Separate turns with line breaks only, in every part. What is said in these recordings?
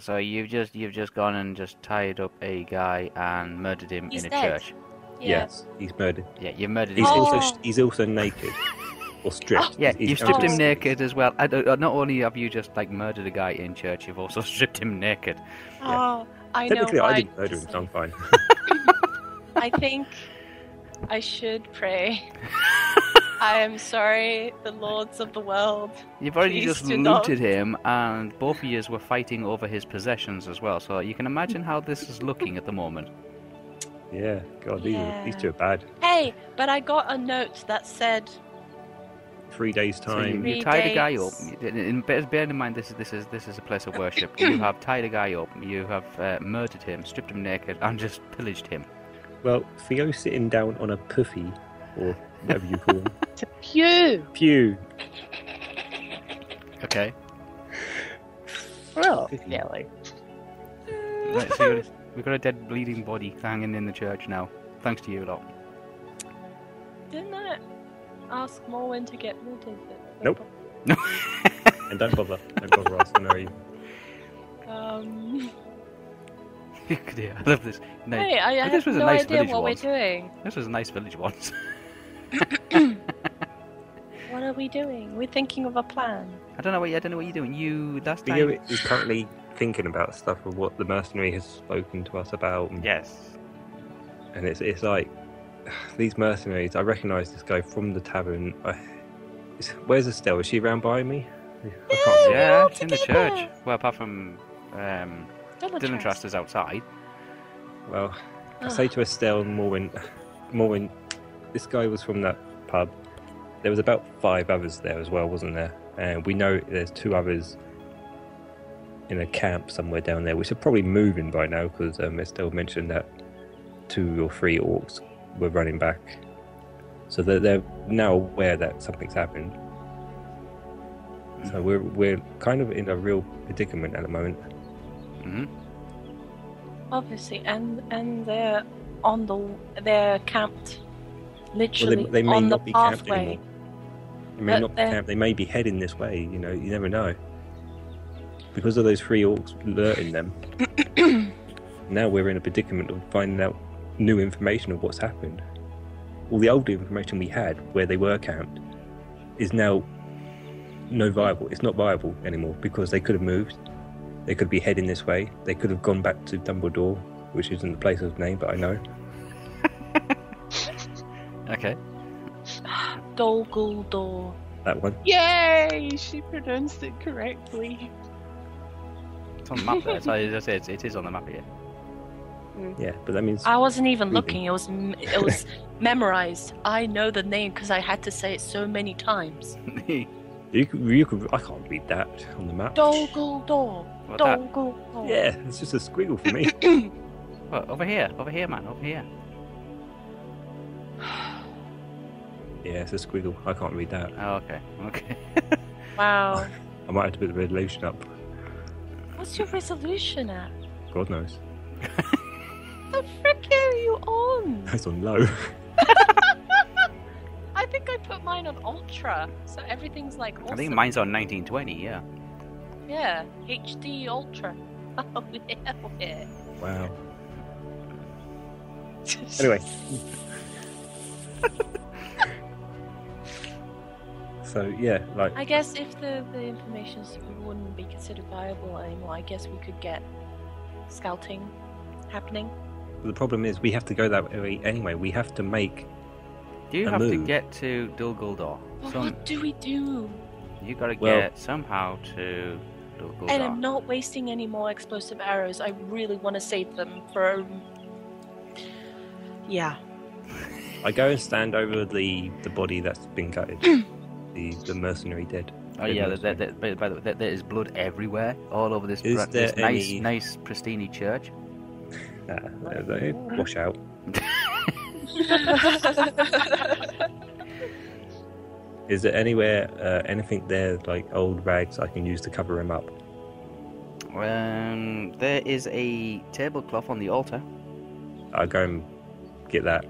So you've just you've just gone and just tied up a guy and murdered him
He's
in a
dead.
church.
Yes.
Yes, he's murdered.
Yeah, you murdered him.
He's
Oh.
also he's also naked or stripped.
Yeah,
He's- he's
you've stripped
stripped.
him naked as well. I don't, uh, not only have you just like murdered a guy in church, you've also stripped him naked.
Oh, I know.
Technically, I
why
didn't murder him, so I'm fine.
I think I should pray. I am sorry, the lords of the world.
You've already
Please
just
do not.
looted him, and both of you were fighting over his possessions as well. So you can imagine how this is looking at the moment.
Yeah, God, these, are, these
Yeah.
two are bad.
Hey, but I got a note that said
Three days
So you,
time.
you
Three
tied a guy up.
days.
And- and bear bear in mind, this is this is this is a place of worship. you have tied a guy up. You have uh, murdered him, stripped him naked, and just pillaged him.
Well, Theo's sitting down on a puffy, or whatever you call him,
To pew.
pew.
Okay.
Well, Nelly.
Let's see what it's- We've got a dead, bleeding body hanging in the church now, thanks to you lot.
Didn't I ask Morwen to get rid of it?
Nope. And don't bother, don't bother us. I know you.
Um,
yeah, I love this. No,
hey, I, I
But
have
this was a
no
nice
idea
village
what
once.
we're doing.
this was a nice village once.
What are we doing? We're thinking of a plan.
I don't know what you, I don't know what you're doing. You last time.
Theo is currently thinking about stuff of what the mercenary has spoken to us about. and-
Yes.
and it's it's like these mercenaries. I recognise this guy from the tavern. I, it's- where's Estelle? Is she around by me? I
Yeah.
can't yeah.
Yeah,
all
it's in the
together.
church. Well, apart from um,
Double
Dylan Trust is outside.
Well, I say to Estelle and Morwen, Morwen, this guy was from that pub. There was about five others there as well, wasn't there? And we know there's two others in a camp somewhere down there, which are probably moving by now because um, Estelle mentioned that two or three orcs were running back. So they're, they're now aware that something's happened. So we're we're kind of in a real predicament at the moment.
hmm
Obviously, and and they're on the they're camped,
Well, they,
literally
they may
on
not
the
be camped
pathway.
anymore. They may
But
not be
they're-
camped. They may be heading this way. You know, you never know. Because of those three orcs alerting them, now we're in a predicament of finding out new information of what's happened. All the old information we had, where they were camped, is now no viable. It's not viable anymore because they could have moved. They could be heading this way. They could have gone back to Dumbledore, which isn't the place of name, but I know.
Okay.
Dol Guldor.
That one.
Yay! She pronounced it correctly.
It's on the map there. So as I say, it's, it is on the map here.
Yeah, but that means
I wasn't even
Really?
looking. It was m- it was memorized. I know the name because I had to say it so many times.
You could, you could, I can't read that on the map.
Dol Guldor.
what that?
Dol Guldor.
Yeah, it's just a squiggle for me.
What, over here. Over here, man. Over here.
yeah, it's a squiggle. I can't read that.
Oh, okay. Okay.
Wow.
I might have to put the resolution up.
What's your resolution at?
God knows.
The frick are you on?
That's on low.
I think I put mine on ultra, so everything's like awesome.
I think mine's on 1920. Yeah.
Yeah, HD ultra. Oh yeah, yeah.
Wow. Anyway. so, yeah, like,
I guess if the the information wouldn't be considered viable anymore, I guess we could get scouting happening.
the problem is we have to go that way anyway. We have to make.
Do you
A
have to
move.
get to Dul Guldur?
But
Some,
what do we do?
you got to
Well-
get somehow to Dul Guldur.
And I'm not wasting any more explosive arrows. I really want to save them for. um, Yeah.
I go and stand over the, the body that's been gutted, the, the mercenary dead.
Oh yeah, there, there, there, by- by the way, there, there is blood everywhere, all over this,
Is
bra- this
there
nice,
any-
nice, pristine church.
Nah, they they wash out. Is there anywhere, uh, anything there, like old rags I can use to cover him up?
Um, there is a tablecloth on the altar.
I'll go and get that.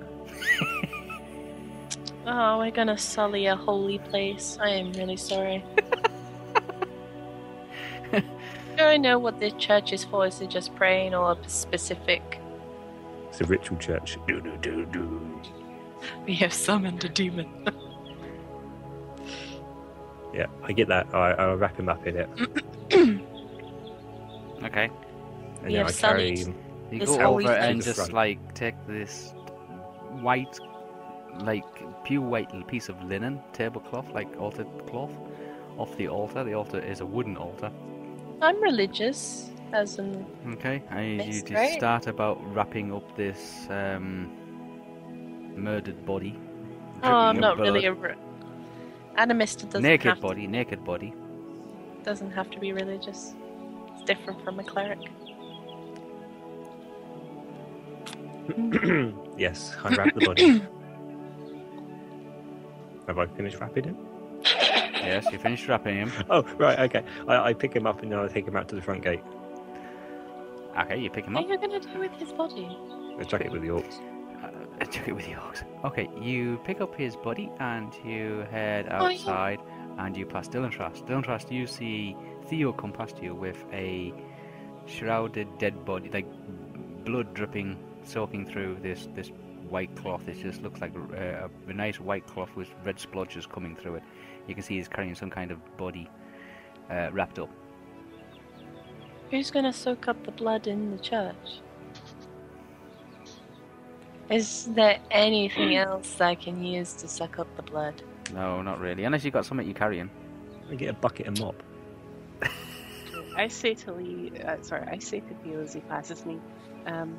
oh, we're gonna sully a holy place. I am really sorry. really know what the church is for. Is it just praying or a specific?
It's a ritual church. Do, do, do, do.
We have summoned a demon.
Yeah, I get that. I, I'll wrap him up in it.
Mm,
Okay.
And
You
then I
have
carry
sullied.
him.
You
This
go
always
over
To
and
the
just
front.
like take this white, like pure white l- piece of linen tablecloth, like altar cloth, off the altar. The altar is a wooden altar.
I'm religious, as in
Okay, and you
That's
just
great.
start about wrapping up this um, murdered body.
oh, I'm
dripping
not
with
really
blood.
a re- animist. Doesn't have
naked
to-
body, naked body.
doesn't have to be religious. It's different from a cleric.
yes, I wrap the body. Have I finished wrapping him?
Yes, you finished wrapping him.
Oh, right, okay. I, I pick him up and then I take him out to the front gate.
Okay, you pick him
What
up.
are you gonna do with his body?
I chuck it with the orcs.
Uh, I took it with the ox. Okay, you pick up his body and you head
Oh, yeah.
outside and you pass Dylan Trust. Dylan Trust, you see Theo come past you with a shrouded dead body, like blood dripping, soaking through this this white cloth. It just looks like uh, a nice white cloth with red splotches coming through it. You can see he's carrying some kind of body uh, wrapped up.
Who's gonna soak up the blood in the church? Is there anything else I can use to suck up the blood?
No, not really. Unless you've got something you're carrying.
I get a bucket and mop.
I say to Lee, uh, sorry, I say to Theo as he passes me, um,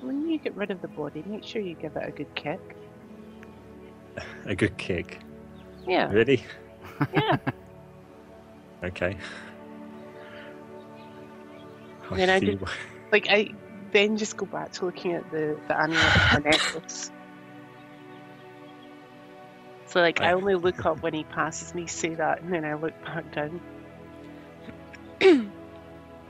when you get rid of the body, make sure you give it a good kick.
A good kick.
Yeah.
Really?
Yeah.
Okay.
Then I
see
just-
why-
Like, I then just go back to looking at the, the amulet and the necklace. So, like, I
I-
only look up when he passes me, say that, and then I look back down.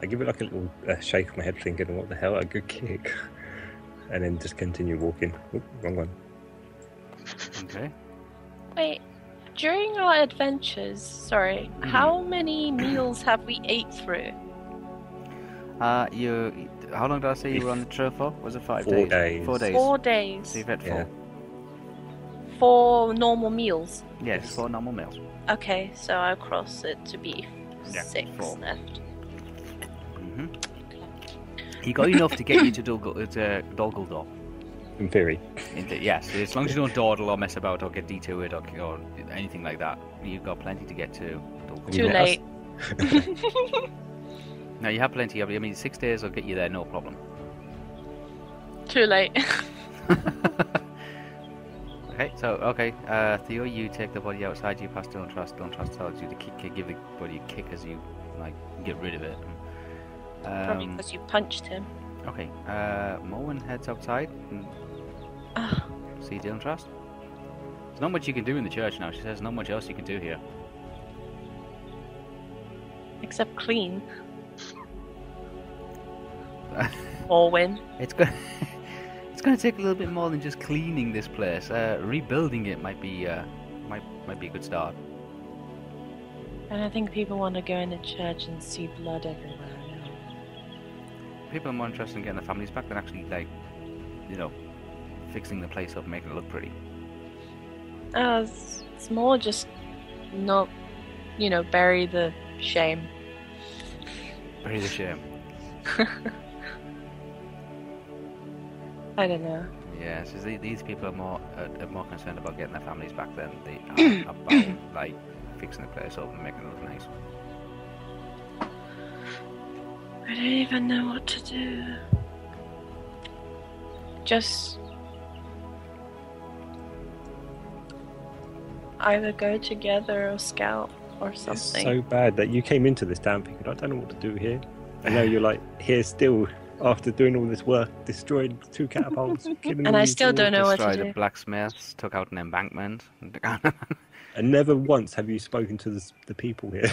I give it like a little uh, shake of my head, thinking, "What the hell? A good kick," and then just continue walking. Oop, wrong one.
Okay.
Wait, during our adventures, sorry, how many meals have we ate through?
Uh, you. How long did I say you were on the trail for? Was it five
Four
days? Four
days.
days.
Four days.
So you've had
Yeah.
four.
Four normal meals.
Yes, four normal meals.
Okay, so I'll cross it to be
Yeah,
six
four.
left.
hmm You got enough to get you to Dol- to Dolguldor.
In theory,
In the- Yes, as long as you don't dawdle or mess about or get detoured or, or anything like that, you've got plenty to get to Dolguldor.
Too
Yeah.
late.
Now you have plenty. I mean, six days will get you there, no problem.
Too late.
Okay, so okay, uh, Theo, you take the body outside. You pass. Don't trust. Don't trust. Tells you to kick, give the body a kick as you like get rid of it.
Probably
Um,
because you punched him.
okay, uh, Moen heads outside and
Ah,
See Dylan Trust. There's not much you can do in the church now. She says not much else you can do here.
except clean. or win.
It's going it's going to take a little bit more than just cleaning this place. Uh, rebuilding it might be uh, might might be a good start.
I don't think people want to go into church and see blood everywhere.
People are more interested in getting their families back than actually like you know fixing the place up, and making it look pretty.
Uh, it's, it's more just not, you know, bury the shame.
Very a shame.
I don't know.
Yeah, so the- these people are more uh, are more concerned about getting their families back than they are about like fixing the place up and making it look nice.
I don't even know what to do. Just either go together or scout or
it's
something.
so bad that you came into this damn thing, and I don't know what to do here. And now you're like here still after doing all this work, destroying two catapults, killing
And
all
I
these
still don't
dwarves.
know what to
Destroyed
do.
the blacksmiths, took out an embankment.
And never once have you spoken to the, the people here.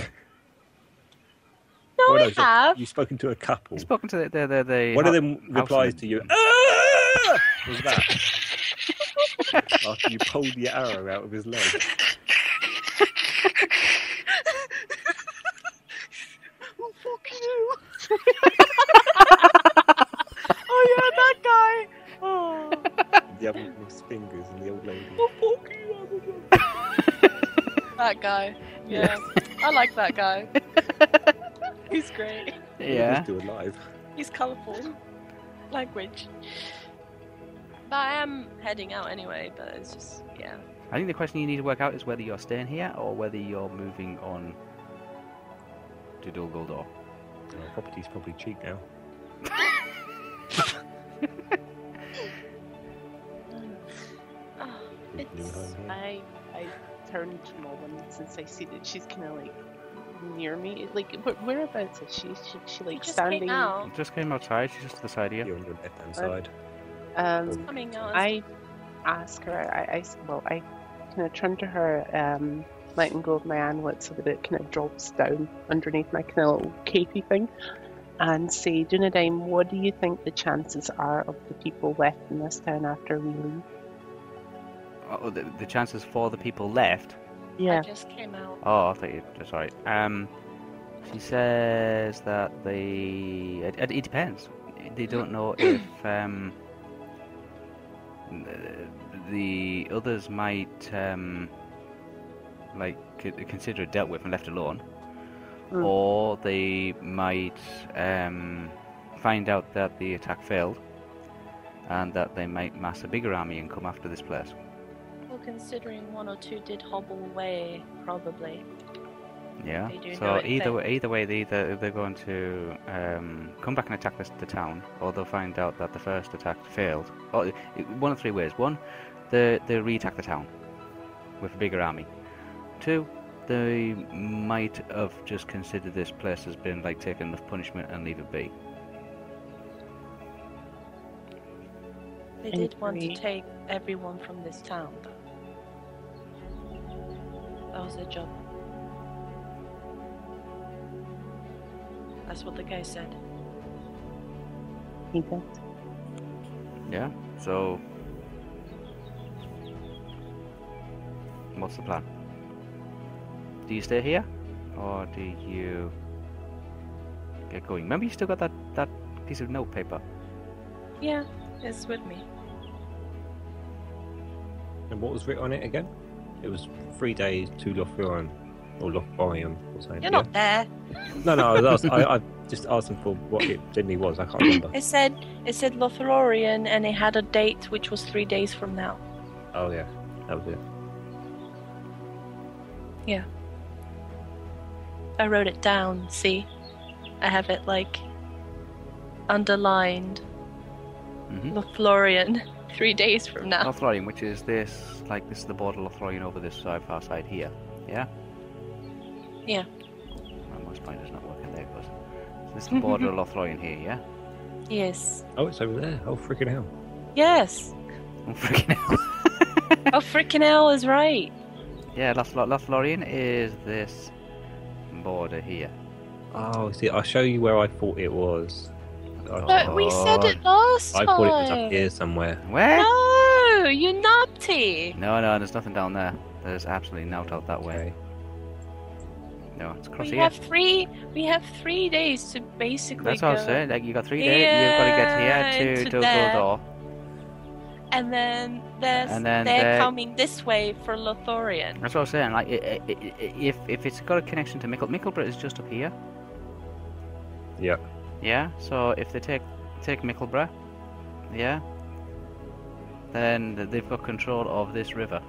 No,
Well,
I
no, so
have.
You've spoken to a couple.
He's spoken to the the the. the
One of
ho-
them replies
houseman.
to you, "Ah!" Was that after you pulled the arrow out of his leg?
Oh, fuck you!
that guy. Yeah, I like that guy. He's great.
Yeah.
Still alive.
He's colourful. Language. But I am heading out anyway. But it's just yeah.
I think the question you need to work out is whether you're staying here or whether you're moving on to Dol Guldur.
Oh, property's probably cheap now.
Oh,
New
it's
home here.
I I turned to Nolan since I see that she's kind of like near me. Like wh- whereabouts is she? She, she
we
like
just
standing.
came out.
Just came outside. She's just to the side of you.
You're on your left hand side.
Um,
Coming out.
I ask her. I, I s- well, I kind of turn to her, um, letting go of my amulet so that it kind of drops down underneath my kind of little capey thing, and say, Dunedain, what do you think the chances are of the people left in this town after we leave?
Oh, the, the chances for the people left
I
Yeah.
just came out.
Oh, I thought you. Sorry. Um, she says that they. It, it, it depends. They don't know if um, the others might um, like c- consider it dealt with and left alone,
Mm.
or they might um, find out that the attack failed. And that they might mass a bigger army and come after this place.
Well, considering one or two did hobble away, probably.
Yeah.
They do know
So
it
either
then.
way, either way, they either they're going to um, come back and attack this, the town, or they'll find out that the first attack failed. Or i- one of three ways: one, they they re-attack the town with a bigger army. Two, they might have just considered this place has been like taken enough punishment and leave it be.
They
And
did want to
three.
take everyone from this town, though. That was their job. That's what the guy said.
he did.
Yeah. So, what's the plan? Do you stay here, or do you get going? Remember, you still got that that piece of note paper.
Yeah, it's with me.
And what was written on it again? It was three days to Lothlorien. Or Lothlorien, or something.
You're not there.
No, no, I, was asked, I, I just asked them for what it generally was. I can't remember.
It said it said Lothlorien, and it had a date which was three days from now.
Oh, yeah. That was it.
I wrote it down. See, I have it like underlined.
Mm-hmm.
Mhm.
Lothlorien, three days from now.
Lothlorien, which is this, like this is the border of Lothlorien over this side, far side here. Yeah.
Yeah.
Well, my spine is not working there, but so this is the border of Lothlorien here. Yeah.
Yes.
Oh, it's over there. Oh, freaking hell.
Yes.
I'm freaking out.
Oh, freaking hell is right.
Yeah, Lothlo- Lothlorien is this border here.
Oh, see, I'll show you where I thought it was. I
But we said it last
Oh,
time.
I thought it was up here somewhere.
Where?
No, you nutty.
No, no, there's nothing down there. There's absolutely not out that way.
Okay.
No, it's across
We
here.
have three. We have three days to basically.
That's what I
go,
was saying. Like you got three days. You've got to get here
Yeah,
to
to
Dol
there.
Guldur.
And then there's
And then
they're
there-
coming this way for Lothorian.
That's what I was saying. Like i- i- i- i- if if it's got a connection to Mickle, Mickleborough is just up here.
Yeah.
Yeah. So if they take take Mickleborough, yeah, then th- they've got control of this river,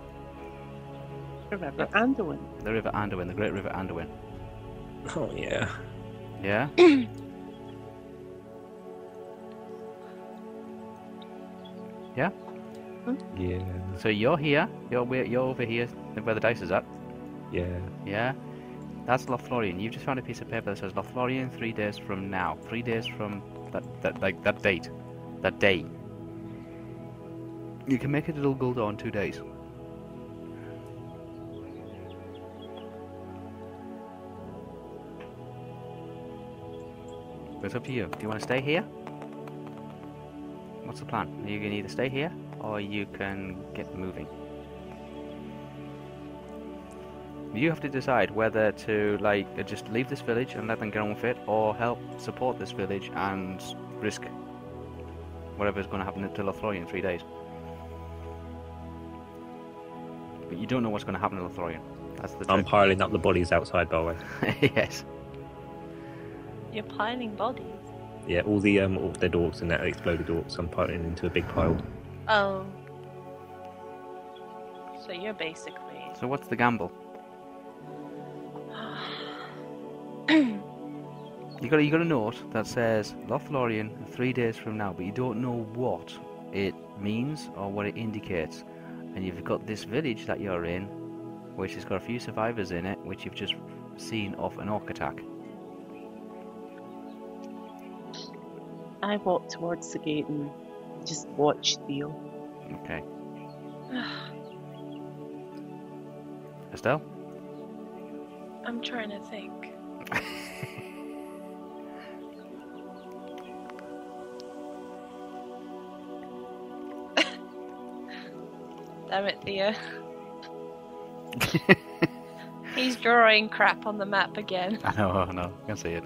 Remember, Anduin.
the River Anduin, the Great River Anduin.
Oh, yeah.
Yeah.
Yeah.
So you're here. You're where- you're over here where the dice is at.
Yeah.
Yeah, that's Lothlorien. You've just found a piece of paper that says Lothlorien three days from now. Three days from that, that like that date, that day. You can make it a little Guldur in two days. But It's up to you. Do you want to stay here? What's the plan? You can either stay here or you can get moving. You have to decide whether to like uh, just leave this village and let them get on with it, or help support this village and risk whatever's going to happen to Lothlorien in three days. But you don't know what's going to happen to Lothlorien. That's the
I'm
trick.
piling up the bodies outside, by the way.
yes.
You're piling bodies.
Yeah, all the um, all dead orcs and that exploded orcs, I'm piling into a big pile.
Oh. So you're basically.
So what's the gamble? You got you got a note that says Lothlorien three days from now, but you don't know what it means or what it indicates. And you've got this village that you're in, which has got a few survivors in it, which you've just seen off an orc attack.
I walk towards the gate and just watch Theo.
Okay, Estelle.
I'm trying to think. Damn it, Theo. He's drawing crap on the map again.
I know, I know. I can see it.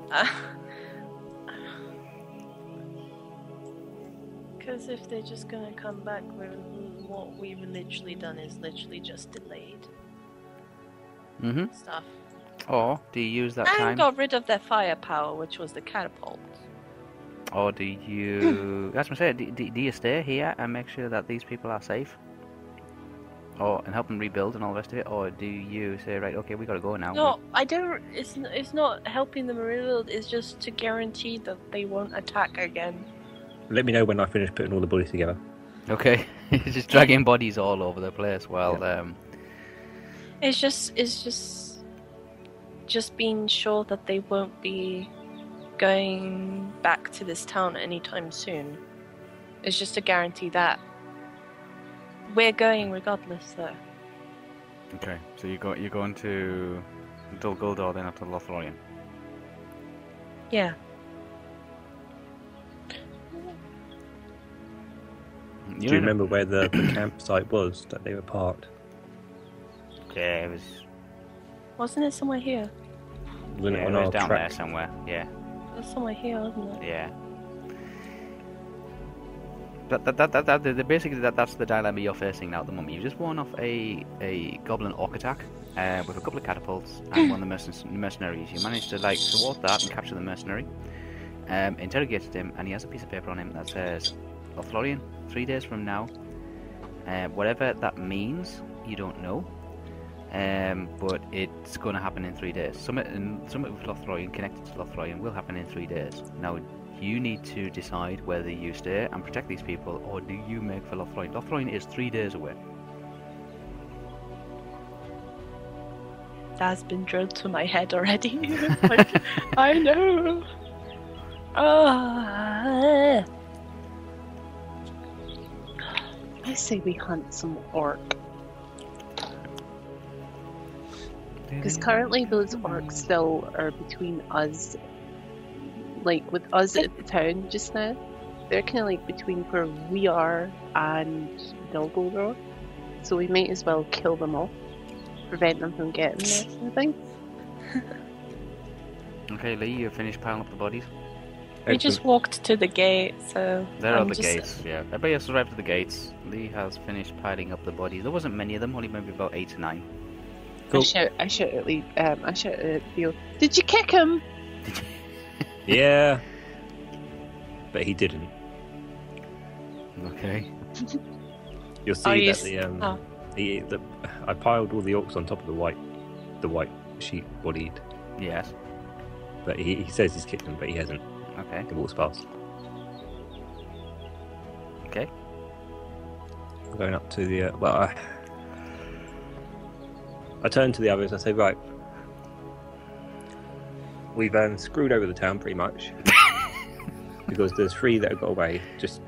Because if they're just gonna come back, we what we've literally done is literally just delayed
Mhm.
stuff.
Or do you use that
and
time?
got rid of their firepower, which was the catapult.
Or do you? That's what I'm saying. Do, do, do you stay here and make sure that these people are safe, or and help them rebuild and all the rest of it, or do you say, right, okay, we gotta go now?
No, I don't. It's n- it's not helping them rebuild. It's just to guarantee that they won't attack again.
Let me know when I finish putting all the bodies together.
Okay, You're just dragging bodies all over the place. Well, um,
It's just it's just just being sure that they won't be going back to this town anytime soon. It's just to guarantee that we're going regardless, though.
okay. So you go, you're going to Dol Guldur then after Lothlorien.
Yeah.
Do you remember where the, the campsite was that they were parked?
Yeah, it was.
Wasn't it somewhere here?
Wasn't
yeah,
it on
it was
our
down
track?
there somewhere. Yeah,
It was somewhere here, wasn't it?
yeah. That, that, that, that, that, that- basically that, that's the dilemma you're facing now at the moment. You've just worn off a, a goblin orc attack uh, with a couple of catapults and one of the mercen- mercenaries. You managed to like thwart that and capture the mercenary, um, interrogated him, and he has a piece of paper on him that says, "Lothlorien, three days from now, uh, whatever that means, you don't know, um, but it's going to happen in three days. Summit and summit with Lothlorien connected to Lothlorien will happen in three days. Now." You need to decide whether you stay and protect these people, or do you make for Lothlorien? Lothlorien is three days away.
That's been drilled to my head already. Like, I know. Ah.
I say we hunt some orc. Because currently those orcs still are between us, like with us at the town just now. They're kind of like between where we are and Dolgo Road, so we might as well kill them all, prevent them from getting there. I think.
Okay, Lee, you finished piling up the bodies.
We just walked to the gate, so
There are
I'm
the
just-
gates. Yeah, everybody has arrived at the gates. Lee has finished piling up the bodies. There wasn't many of them, only maybe about eight or nine.
Cool.
I shout, I shout at Lee, um, I shout at Theo. Did you kick him?
Yeah. But he didn't.
Okay.
You'll
Oh,
see
you
that the um,
oh.
the, the I piled all the orcs on top of the white the white sheep bodied,
Yes.
but he, he says he's kicked them, but he hasn't.
Okay.
He walks past.
Okay.
I'm going up to the uh, well. I, I turn to the others. I say, right, we've um, screwed over the town pretty much because there's three that have got away. Just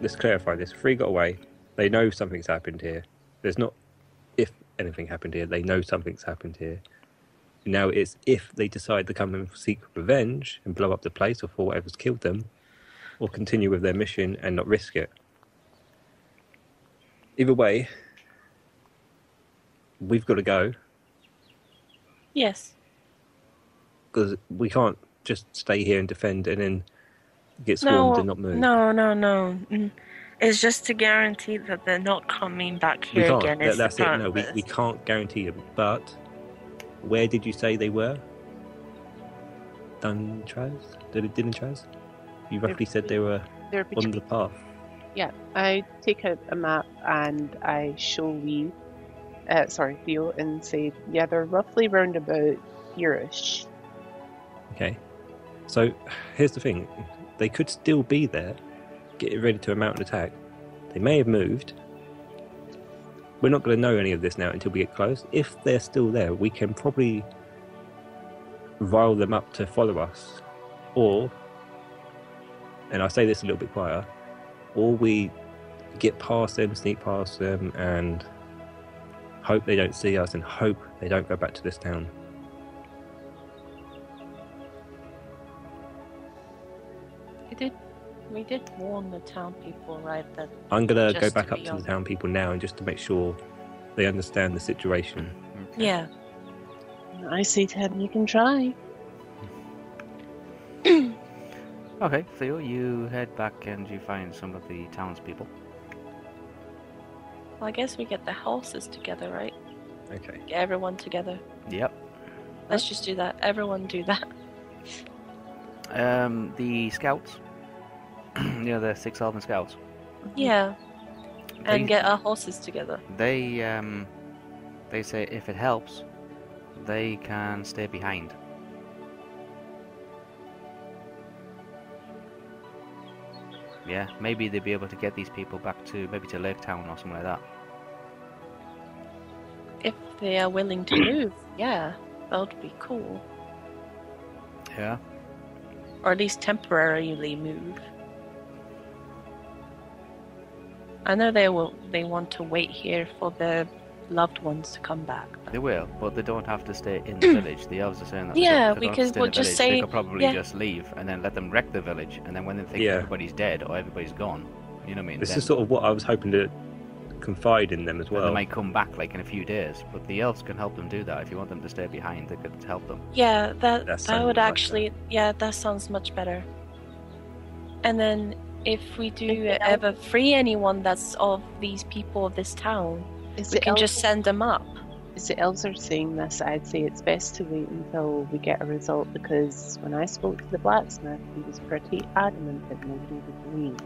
let's clarify this: three got away. They know something's happened here. There's not if anything happened here. They know something's happened here. Now it's if they decide to come and seek revenge and blow up the place or for whatever's killed them, or continue with their mission and not risk it. Either way, we've got to go
Yes.
because we can't just stay here and defend and then get swarmed and not move.
No, no, no. Mm. It's just to guarantee that they're not coming back
we
here
can't.
again.
That-
is the
that's it. No, we,
purpose.
we can't guarantee it. But Where did you say they were? Dunchas? Did it Dinchas? You roughly said they were
They're
on
between.
the path.
I take out a map and I show Lee, uh, sorry, Theo, and say, yeah, they're roughly round about here-ish.
Okay. So here's the thing they could still be there, getting ready to mount an attack. They may have moved. We're not going to know any of this now until we get close. If they're still there, we can probably rile them up to follow us. Or, and I say this a little bit quieter, or we get past them, sneak past them, and hope they don't see us and hope they don't go back to this town.
We did, we did warn the town people, right? That
I'm gonna go
Just
back
to
up
be
to the
on-
town people now and just to make sure they understand the situation.
yeah,
I say to him, you can try.
Okay, Theo, you head back and you find some of the townspeople.
well, I guess we get the houses together, right?
Okay.
Get everyone together.
Yep.
Let's just do that. Everyone do that.
Um, the scouts. you know, the six elven scouts.
Yeah,
They-
and get our horses together.
They um, they say if it helps, they can stay behind. Yeah, maybe they'd be able to get these people back to maybe to Lake Town or something like that.
If they are willing to move, yeah, that would be cool.
Yeah.
Or at least temporarily move. I know they will. They want to wait here for their loved ones to come back. but-
They will, but they don't have to stay in the village. The elves are saying that. they
Mm. Yeah,
don't have to
because
stay in
we'll
the village.
just say-
they could probably
yeah.
just leave and then let them wreck the village, and then when they think
Yeah.
everybody's dead or everybody's gone, you know what I mean?
This
then,
is sort of what I was hoping to confide in them as
then
well.
they might come back like in a few days, but the elves can help them do that. If you want them to stay behind, they could help them.
Yeah, that
That
that,
sounded
would
much
actually yeah, that sounds much better. And then if we do
Is it
ever free anyone that's of these people of this town,
Is
we
it
can just
elves-
send them up.
As the elves are saying this, I'd say it's best to wait until we get a result because when I spoke to the blacksmith, he was pretty adamant that nobody would leave.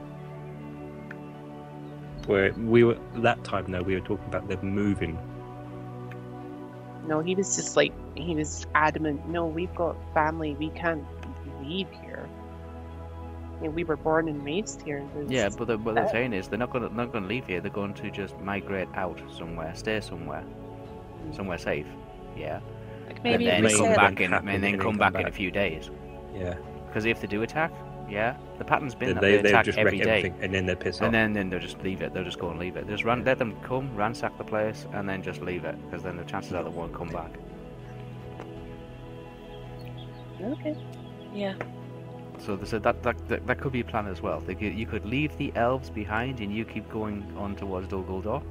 Where we were that time though, we were talking about them moving.
No, he was just like, he was adamant, no, we've got family, we can't leave here. You know, we were born and raised here. There's-
Yeah, but the, what they're
Uh,
saying is they're not going to not going to leave here. They're going to just migrate out somewhere, stay somewhere, somewhere safe. Yeah,
Like
and
maybe
then
we
they
come
said,
back in,
Happy
and then
and
come
come
back in a
back.
few days.
Yeah.
Because if they do attack, yeah, the pattern's been
Then
that
they
they,
they
attack
just
every
wreck
day.
everything and then they're pissed off.
And then, then they'll just leave it. They'll just go and leave it. Just run, let them come, ransack the place, and then just leave it. Because then the chances are they won't come back.
Okay.
yeah.
So they said that that, that, that could be a plan as well. They could, you could leave the elves behind, and you keep going on towards Dol Guldur.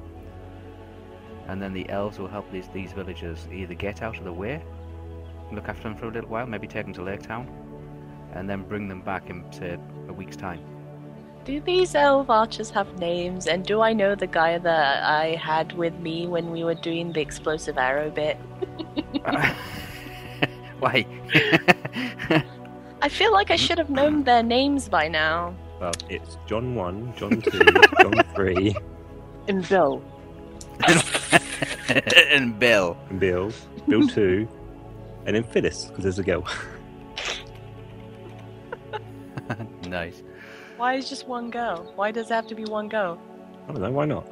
And then the elves will help these these villagers either get out of the way, look after them for a little while, maybe take them to Lake Town, and then bring them back in say a week's time.
Do these elf archers have names? And do I know the guy that I had with me when we were doing the explosive arrow bit?
Why?
I feel like I should have known their names by now.
Well, it's John one, John two, John three,
And Bill,
and Bill.
and Bill, Bill two, and then Phyllis, because there's a girl.
Nice.
Why is just one go? Why does it have to be one go?
I don't know, why not?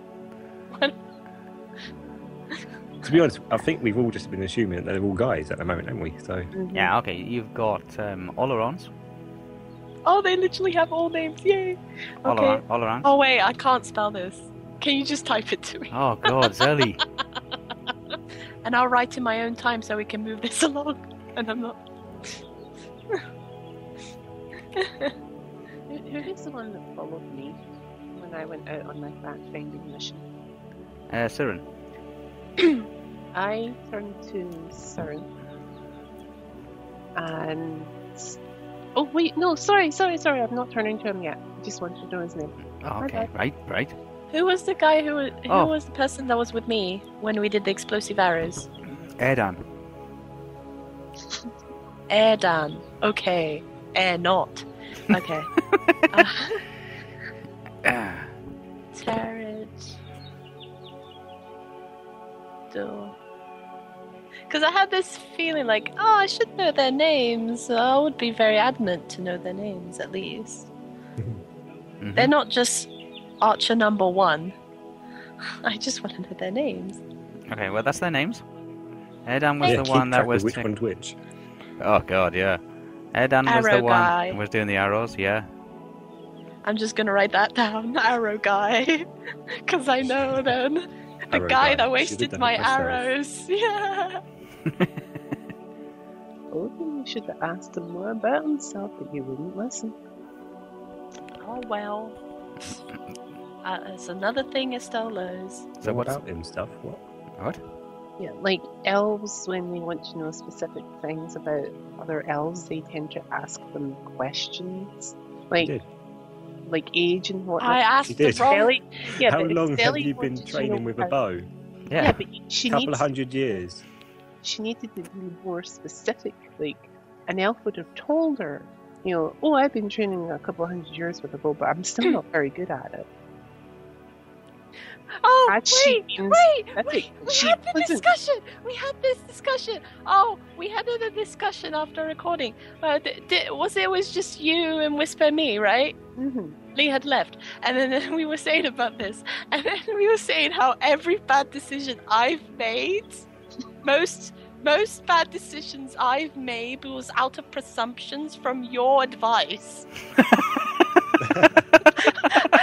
to be honest, I think we've all just been assuming that they're all guys at the moment, haven't we? So
Mhm.
Yeah, okay, you've got um, Olerons.
Oh, they literally have all names. Yay. Okay.
Oleron, Olerons.
Oh wait, I can't spell this. Can you just type it to me?
Oh god, Zelly.
And I'll write in my own time so we can move this along. And I'm not.
Who, who is the one that followed me when I went out on my fact finding mission?
Uh, Siren.
I turned to Siren and. Oh, wait, no, sorry, sorry, sorry, I'm not turning to him yet. Just wanted to know his name.
Oh, okay, right, right.
Who was the guy who was, who
Oh.
was the person that was with me when we did the explosive arrows?
Erdan.
Air Dan. Okay. Air not. Okay. uh,
Ah,
Tarot. Door. Because I had this feeling like, oh, I should know their names. I would be very adamant to know their names at least.
Mm-hmm.
mhm.
They're not just Archer number one. I just want to know their names.
Okay, well, that's their names. Erdan was
Yeah,
the
keep
one
track
that
of
was.
which
ta-
one's which.
Oh god, yeah. Erdan was
Arrow
the one
guy.
that was doing the arrows. Yeah.
I'm just going to write that down. Arrow guy. Because I know then. The
Arrow
guy,
guy.
that
Should've
wasted
done it
my
myself.
arrows. Yeah.
Oh, you should have asked him more about himself, but you wouldn't listen.
Oh, well. Uh, it's another thing Estelle knows.
So
So what
what's-
about him stuff? What?
What?
Yeah, like elves, when they want to know specific things about other elves, they tend to ask them questions, like
did.
like age and whatnot.
I asked the
did.
wrong
Ellie- yeah,
How
but
long have
Ellie
you been
wanted to
training
know
with a
about-
bow?
Yeah.
Yeah, but she
couple
needs
of hundred years.
she needed to be more specific. Like an elf would have told her, you know, oh, I've been training a couple of hundred years with a bow, but I'm still
Hmm.
not very good at it.
Oh,
Had she
wait,
been
wait,
I
wait.
think
We
she
had the
wasn't-
discussion. We had this discussion. Oh, we had the discussion after recording. Uh, d- d- was it was just you and Whisper me, right?
Mm-hmm.
hmm
Lee had left, and then we were saying about this, and then we were saying how every bad decision I've made, most most bad decisions I've made was out of presumptions from your advice.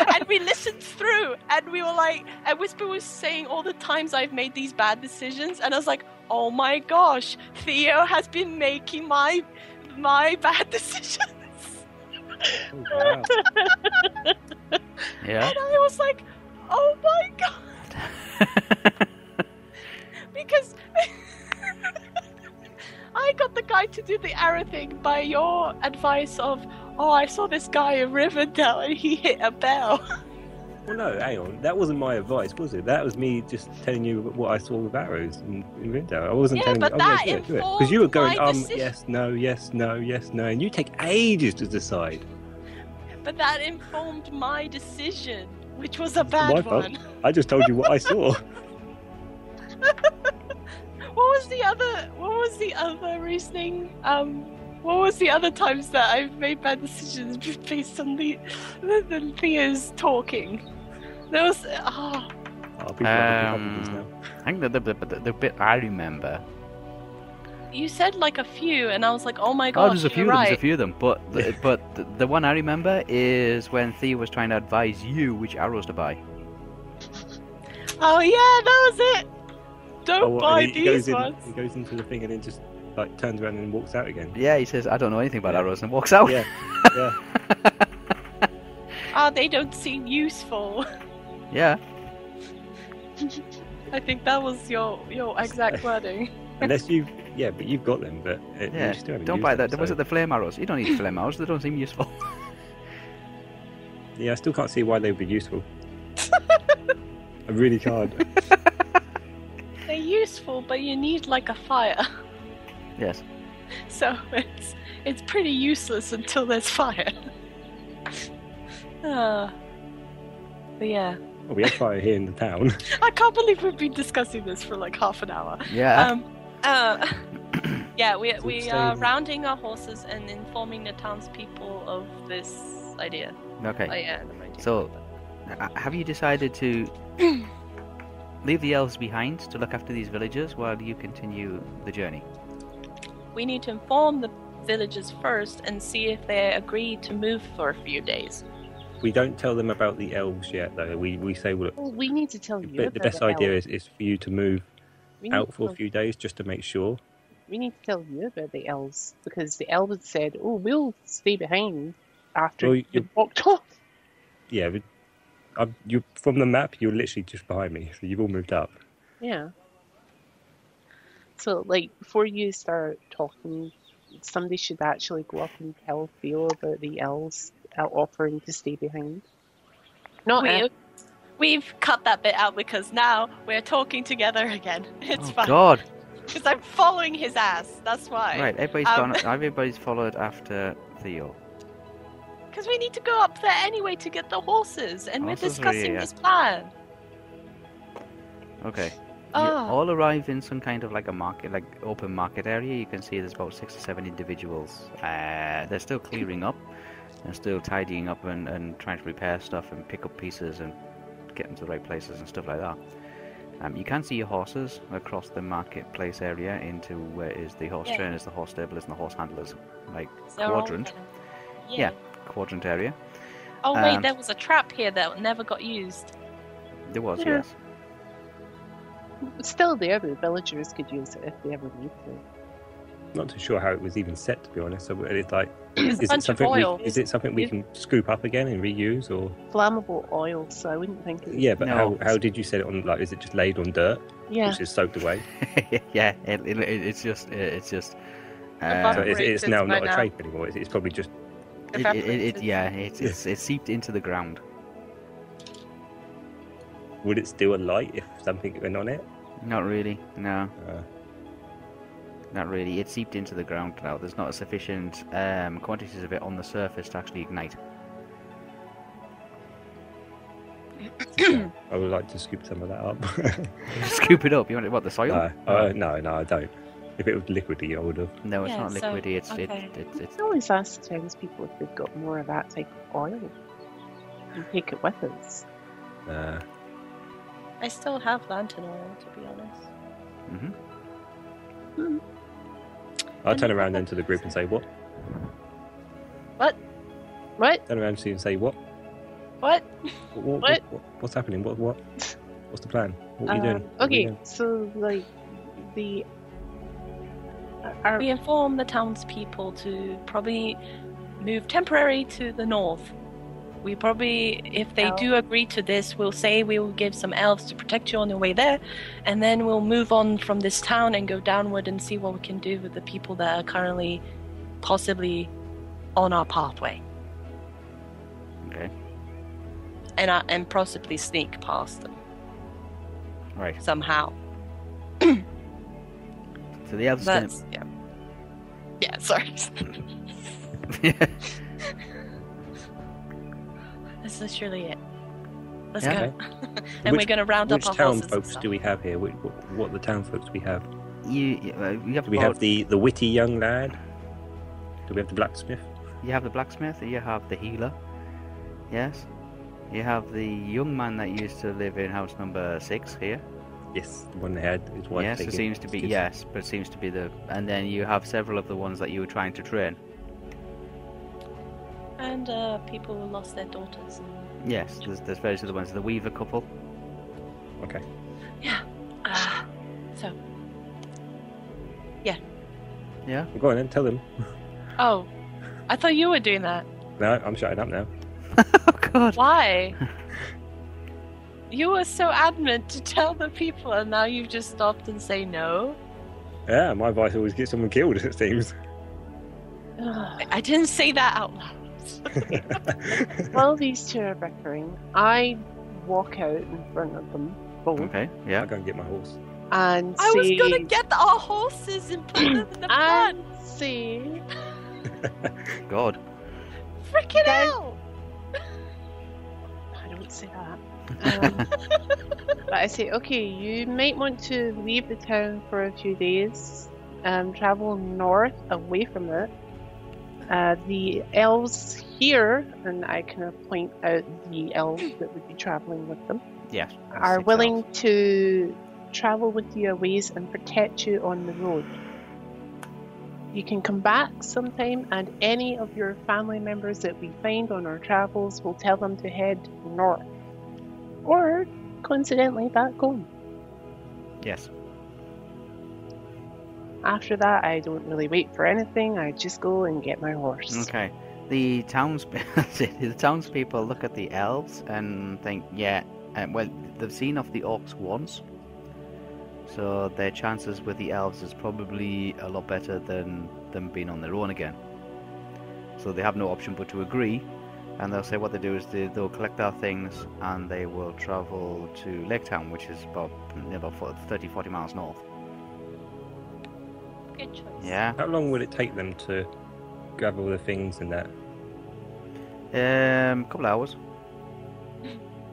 and we listened through, and we were like, and Whisper was saying all the times I've made these bad decisions, and I was like, oh my gosh, Theo has been making my my bad decisions.
Oh, wow.
Yeah.
And I was like, oh my god, because I got the guy to do the arrow thing by your advice of, oh, I saw this guy in Rivendell and he hit a bell.
Well, no, hang on. That wasn't my advice, was it? That was me just telling you what I saw with arrows in, in window. I wasn't
Yeah,
telling
but
you.
that
oh, yeah, do it, do it.
informed
you were going,
my
um,
decision.
yes, no, yes, no, yes, no, and you take ages to decide.
But that informed my decision, which was a bad
my fault.
one.
I just told you what I saw.
What was the other? What was the other reasoning? Um, what was the other times that I've made bad decisions based on the the, the Theo's talking? There was ah.
I'll be um,
Um, I think the, the, the, the bit I remember.
You said like a few, and I was like, "Oh my
oh,
gosh,
there's a few
you're
of them.
right."
There's a few of them. But the, but the, the one I remember is when Theo was trying to advise you which arrows to buy.
Oh yeah, that was it. Don't
Oh, what,
buy
and he, he
these
goes in,
ones.
he goes into the thing and then just like turns around and walks out again.
Yeah, he says I don't know anything about
Yeah.
arrows and walks out.
Yeah, yeah.
Ah, they don't seem useful.
Yeah.
I think that was your your exact wording.
Unless you, yeah, but you've got them, but uh,
Yeah,
you still haven't
Don't
used
buy
them,
that. Was
so-
it the flame arrows? You don't need flame arrows. They don't seem useful.
Yeah, I still can't see why they would be useful. I really can't.
They're useful, but you need like a fire,
yes.
so it's it's pretty useless until there's fire. Ah, but yeah,
Well, we have fire here in the town.
I can't believe we've been discussing this for like half an hour.
Yeah.
um, uh, yeah, we,
So
we
it's
are
stable.
rounding our horses and informing the townspeople of this idea.
okay.
Oh, yeah, the idea.
So, uh, have you decided to leave the elves behind to look after these villagers while you continue the journey?
we need to inform the villagers first and see if they agree to move for a few days.
We don't tell them about the elves yet, though. We, we say, well,
Well, we need to
Oh,
tell you.
but the
about
best idea
elves.
is, is for you to move
we need
out
to
for
tell-
a few days just to make sure.
we need to tell you about the elves because the elves said, "Oh, we'll stay behind after
Well,
you
you-
walked off."
Yeah, but I'm, you from the map, you're literally just behind me, so you've all moved up.
Yeah. So, like, before you start talking, somebody should actually go up and tell Theo about the elves uh, offering to stay behind. Not
We, we've cut that bit out because now we're talking together again. It's
oh
fine.
God!
Because I'm following his ass. That's why.
Right, everybody's
Um,
gone. Everybody's followed after Theo.
Because we need to go up there anyway to get the horses, and we're
Horses, uh,
discussing
yeah.
this plan.
Okay.
Ah.
You all arrive in some kind of like a market, like open market area. You can see there's about six or seven individuals. Uh, they're still clearing up and still tidying up and, and trying to repair stuff and pick up pieces and get them to the right places and stuff like that. Um, you can see your horses across the marketplace area into where is the horse
Yeah.
trainers, the horse stablers, and the horse handlers, like
They're all
quadrant.
there.
Yeah. quadrant area.
Oh wait,
Um,
there was a trap here that never got used.
There was,
Yeah.
yes.
It's still there, but the villagers could use it if they ever need to.
Not too sure how it was even set, to be honest. So uh, it's like,
There's a
is it
bunch of
something?
oil.
We, is it something we
Is-
can scoop up again and reuse, or
Flammable oil, so I wouldn't think. It would...
yeah? But
No.
how, how did you set it on? Like, is it just laid on dirt,
Yeah.
which is soaked away?
yeah, it, it, it's just, it's just.
So
Evaporated
Um,
it's, it's
Evaporated
now
by
not a
now.
trape anymore. It's, it's probably just
it, it, it,
Evaporated.
it, yeah, it's, it's it's seeped into the ground.
would it still alight if something went on it?
Not really. No,
Uh,
not really. It seeped into the ground now. There's not sufficient um, quantities of it on the surface to actually ignite.
so I would like to scoop some of that up.
Scoop it up. You want it, what the soil?
no, uh, no, no, I don't. If it was liquidy, I would have.
no, it's
Yeah,
not
so-
liquidy. It's
okay.
it, it's
You
it's
can always ask townspeople if they've got more of that type of oil. And take it with us.
Uh,
I still have lantern oil, to be honest.
I'll turn around then to the group and say, "What?"
Right?
Turn around to you and say, "What?
What?
What? What?
What?
what- what's happening? What? What? What's the plan? What are you doing?
Um,
What are we
okay,
doing?
so like the our,
We inform the townspeople to probably move temporarily to the north. We probably, if they
Elf.
do agree to this, we'll say we will give some elves to protect you on your way there, and then we'll move on from this town and go downward and see what we can do with the people that are currently possibly on our pathway
okay.
and are, and possibly sneak past them
Right.
somehow.
So the elves. Gonna...
That's yeah. Yeah, sorry. That's literally it. Let's
Yeah.
go. and we're
Which-
going to round
Which
up our
town
horses and
folks
stuff.
do we have here? Which, what, what the town folks we have?
you you- uh, you have
Do we
about-
have the the witty young lad? Do we have the blacksmith?
You have the blacksmith, you have the healer, yes. You have the young man that used to live in house number six here.
Yes, the one they had is one.
yes, it
taken.
seems to be
It's-
yes, but it seems to be the. And then you have several of the ones that you were trying to train.
And uh, people who lost their daughters.
Yes, there's, there's various other ones. The Weaver couple.
Okay.
Ah, so,
Yeah.
Well, go on then. Tell them.
oh, I thought you were doing that.
No, I'm shutting up now.
Oh God.
Why? you were so adamant to tell the people, and now you've just stopped and say no.
Yeah, my advice always get someone killed. It seems.
Ugh.
I didn't say that out loud.
while these two are bickering, I walk out in front of them both
Okay.
I
Yeah.
go and get my horse.
and
I was
say,
gonna get our horses and put them in the front.
and say,
God.
Freaking
Guys-
hell!
I don't say that. Um, but I say, okay, you might want to leave the town for a few days, um, travel north away from it. Uh, the elves here, and I kind of point out the elves that would be traveling with them,
Yes.
are
Six
willing
elves.
to travel with you a ways and protect you on the road. You can come back sometime, and any of your family members that we find on our travels will tell them to head north. Or, coincidentally, back home.
Yes.
After that, I don't really wait for anything, I just go and get my horse.
Okay. The towns the townspeople look at the elves and think, yeah, and well, they've seen off the orcs once, so their chances with the elves is probably a lot better than them being on their own again. So they have no option but to agree, and they'll say what they do is they, they'll collect their things and they will travel to Lake Town, which is about, about 40, 30, 40 miles north.
Good choice.
Yeah.
How long would it take them to grab all the things and that?
Um, couple hours.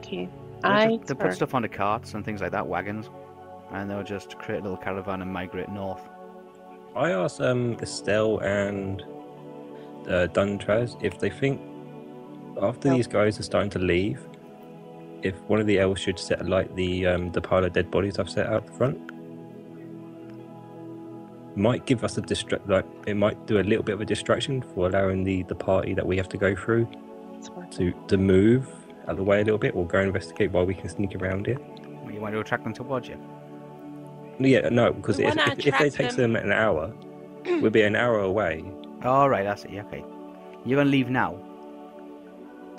Okay.
They'll
I
just- they
turn-
put stuff onto carts and things like that, wagons, and they'll just create a little caravan and migrate north.
I asked um, Estelle and uh, Duntraz if they think after
No.
these guys are starting to leave, if one of the elves should set light the um, the pile of dead bodies I've set out the front. Might give us a distract. Like it might do a little bit of a distraction for allowing the the party that we have to go through to to move out of the way a little bit, or go investigate while we can sneak around it.
You want to attract them towards you.
Yeah, no, because
We
if,
wanna
if, if they
attract
takes
them.
them an hour, we'll be an hour away.
All right, that's it. Yeah, okay. You're gonna leave now.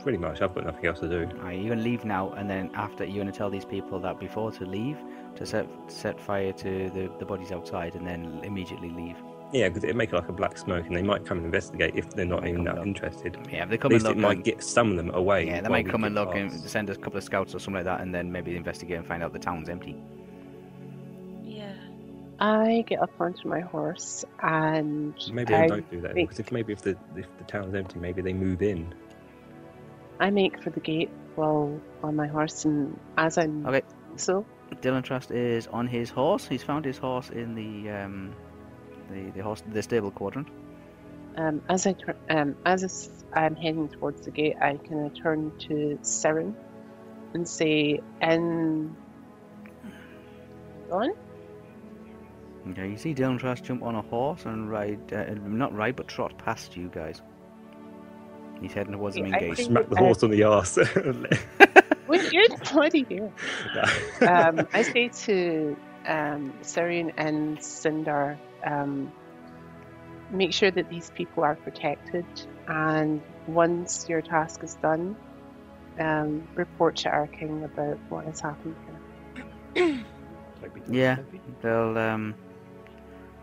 Pretty much, I've got nothing else to do.
All right, you're gonna leave now, and then after you're gonna tell these people that before to leave, to set set fire to the, the bodies outside, and then immediately leave.
Yeah, because it'd make like a black smoke, and they might come and investigate if they're not even
Come
that
look.
interested.
Yeah, if they
At
come
least
and
it
look.
might
and-
get some of them away.
yeah, they
while
might
we
come
get
and look and
past.
send us a couple of scouts or something like that, and then maybe investigate and find out the town's empty.
Yeah.
I get up onto my horse and
Maybe
I,
they don't do that
think-
because if maybe if the if the town's empty, maybe they move in.
I make for the gate while on my horse, and as I'm
Okay.
so
Dylan Trust is on his horse. He's found his horse in the um, the the horse the stable quadrant.
um, as I tur- um, as I'm heading towards the gate, I kind of turn to Siren and say, "In on."
Okay, you see Dylan Trust jump on a horse and ride, uh, not ride, but trot past you guys. He's heading towards the
Yeah,
main
I
gate.
think-
Smack the
Uh,
horse on the arse.
We're good, bloody hell.
Nah.
um, I say to um, Sirian and Sindar, um, make sure that these people are protected, and once your task is done, um, report to our king about what has happened here.
Yeah. They'll um,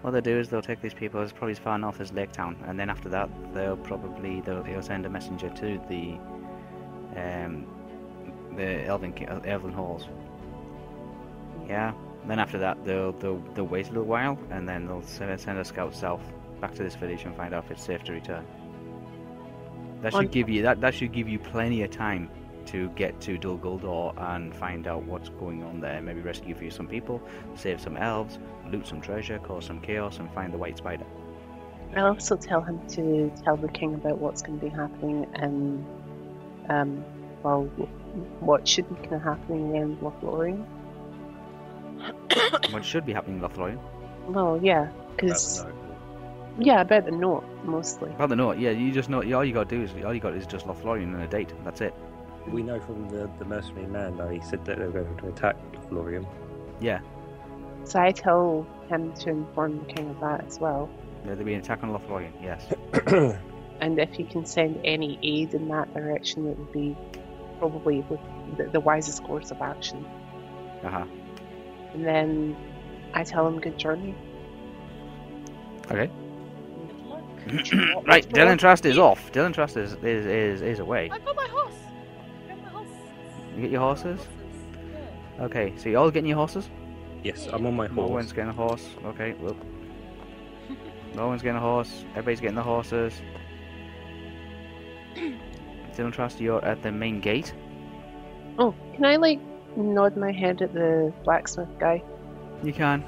what they do is they'll take these people as probably as far north as Lake Town, and then after that they'll probably they'll, they'll send a messenger to the um the Elven Ki- uh, Elven Halls. Yeah. Then after that they'll they'll, they'll wait a little while, and then they'll send, send a scout south back to this village and find out if it's safe to return. That
On-
should give you that, that should give you plenty of time to get to Dol Guldur and find out what's going on there. Maybe rescue for you some people, save some elves, loot some treasure, cause some chaos, and find the white spider.
I'll also tell him to tell the king about what's going to be happening and um, well, what should be kind of happening around Lothlorien.
what should be happening in Lothlorien?
Well, yeah, because yeah, about the north mostly.
Rather not. Yeah, you just know. All you got to do is all you got is just Lothlorien and a date. That's it.
We know from the, the mercenary man though, he said that they were going to attack Florium.
So I tell him to inform the king of that as well.
There'll be an attack on Lothlorien. Yes.
And if he can send any aid in that direction, it would be probably the, the wisest course of action.
Uh huh.
And then I tell him good journey.
Okay.
Good luck.
right. Dylan Trust is off. Dylan Trust is is is, is away.
I've got my horse. I've got my horse.
You get your horses.
Yeah.
Okay. So you all getting your horses?
yes, I'm on my
No
horse.
one's getting a horse. Okay. Well. no one's getting a horse. Everybody's getting the horses. Dylan Trust, you're at the main gate.
Oh, can I like nod my head at the blacksmith guy?
You can.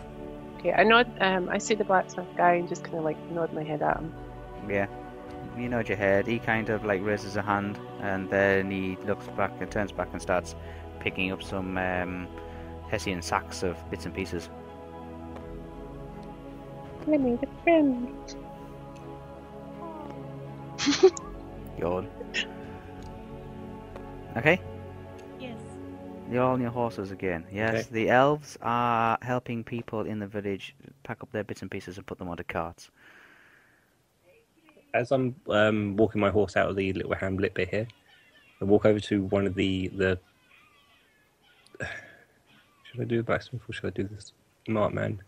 Okay, I nod. Um, I see the blacksmith guy and just kind of like nod my head at him.
Yeah. You nod your head. He kind of like raises a hand, and then he looks back and turns back and starts picking up some um, Hessian sacks of bits and pieces.
I made a friend.
Yawn. Okay,
Yes.
you're all on your horses again. Yes,
Okay.
the elves are helping people in the village pack up their bits and pieces and put them onto carts.
as I'm um, walking my horse out of the little hamlet bit here, I walk over to one of the the. Should I do a blacksmith or should I do this smart man?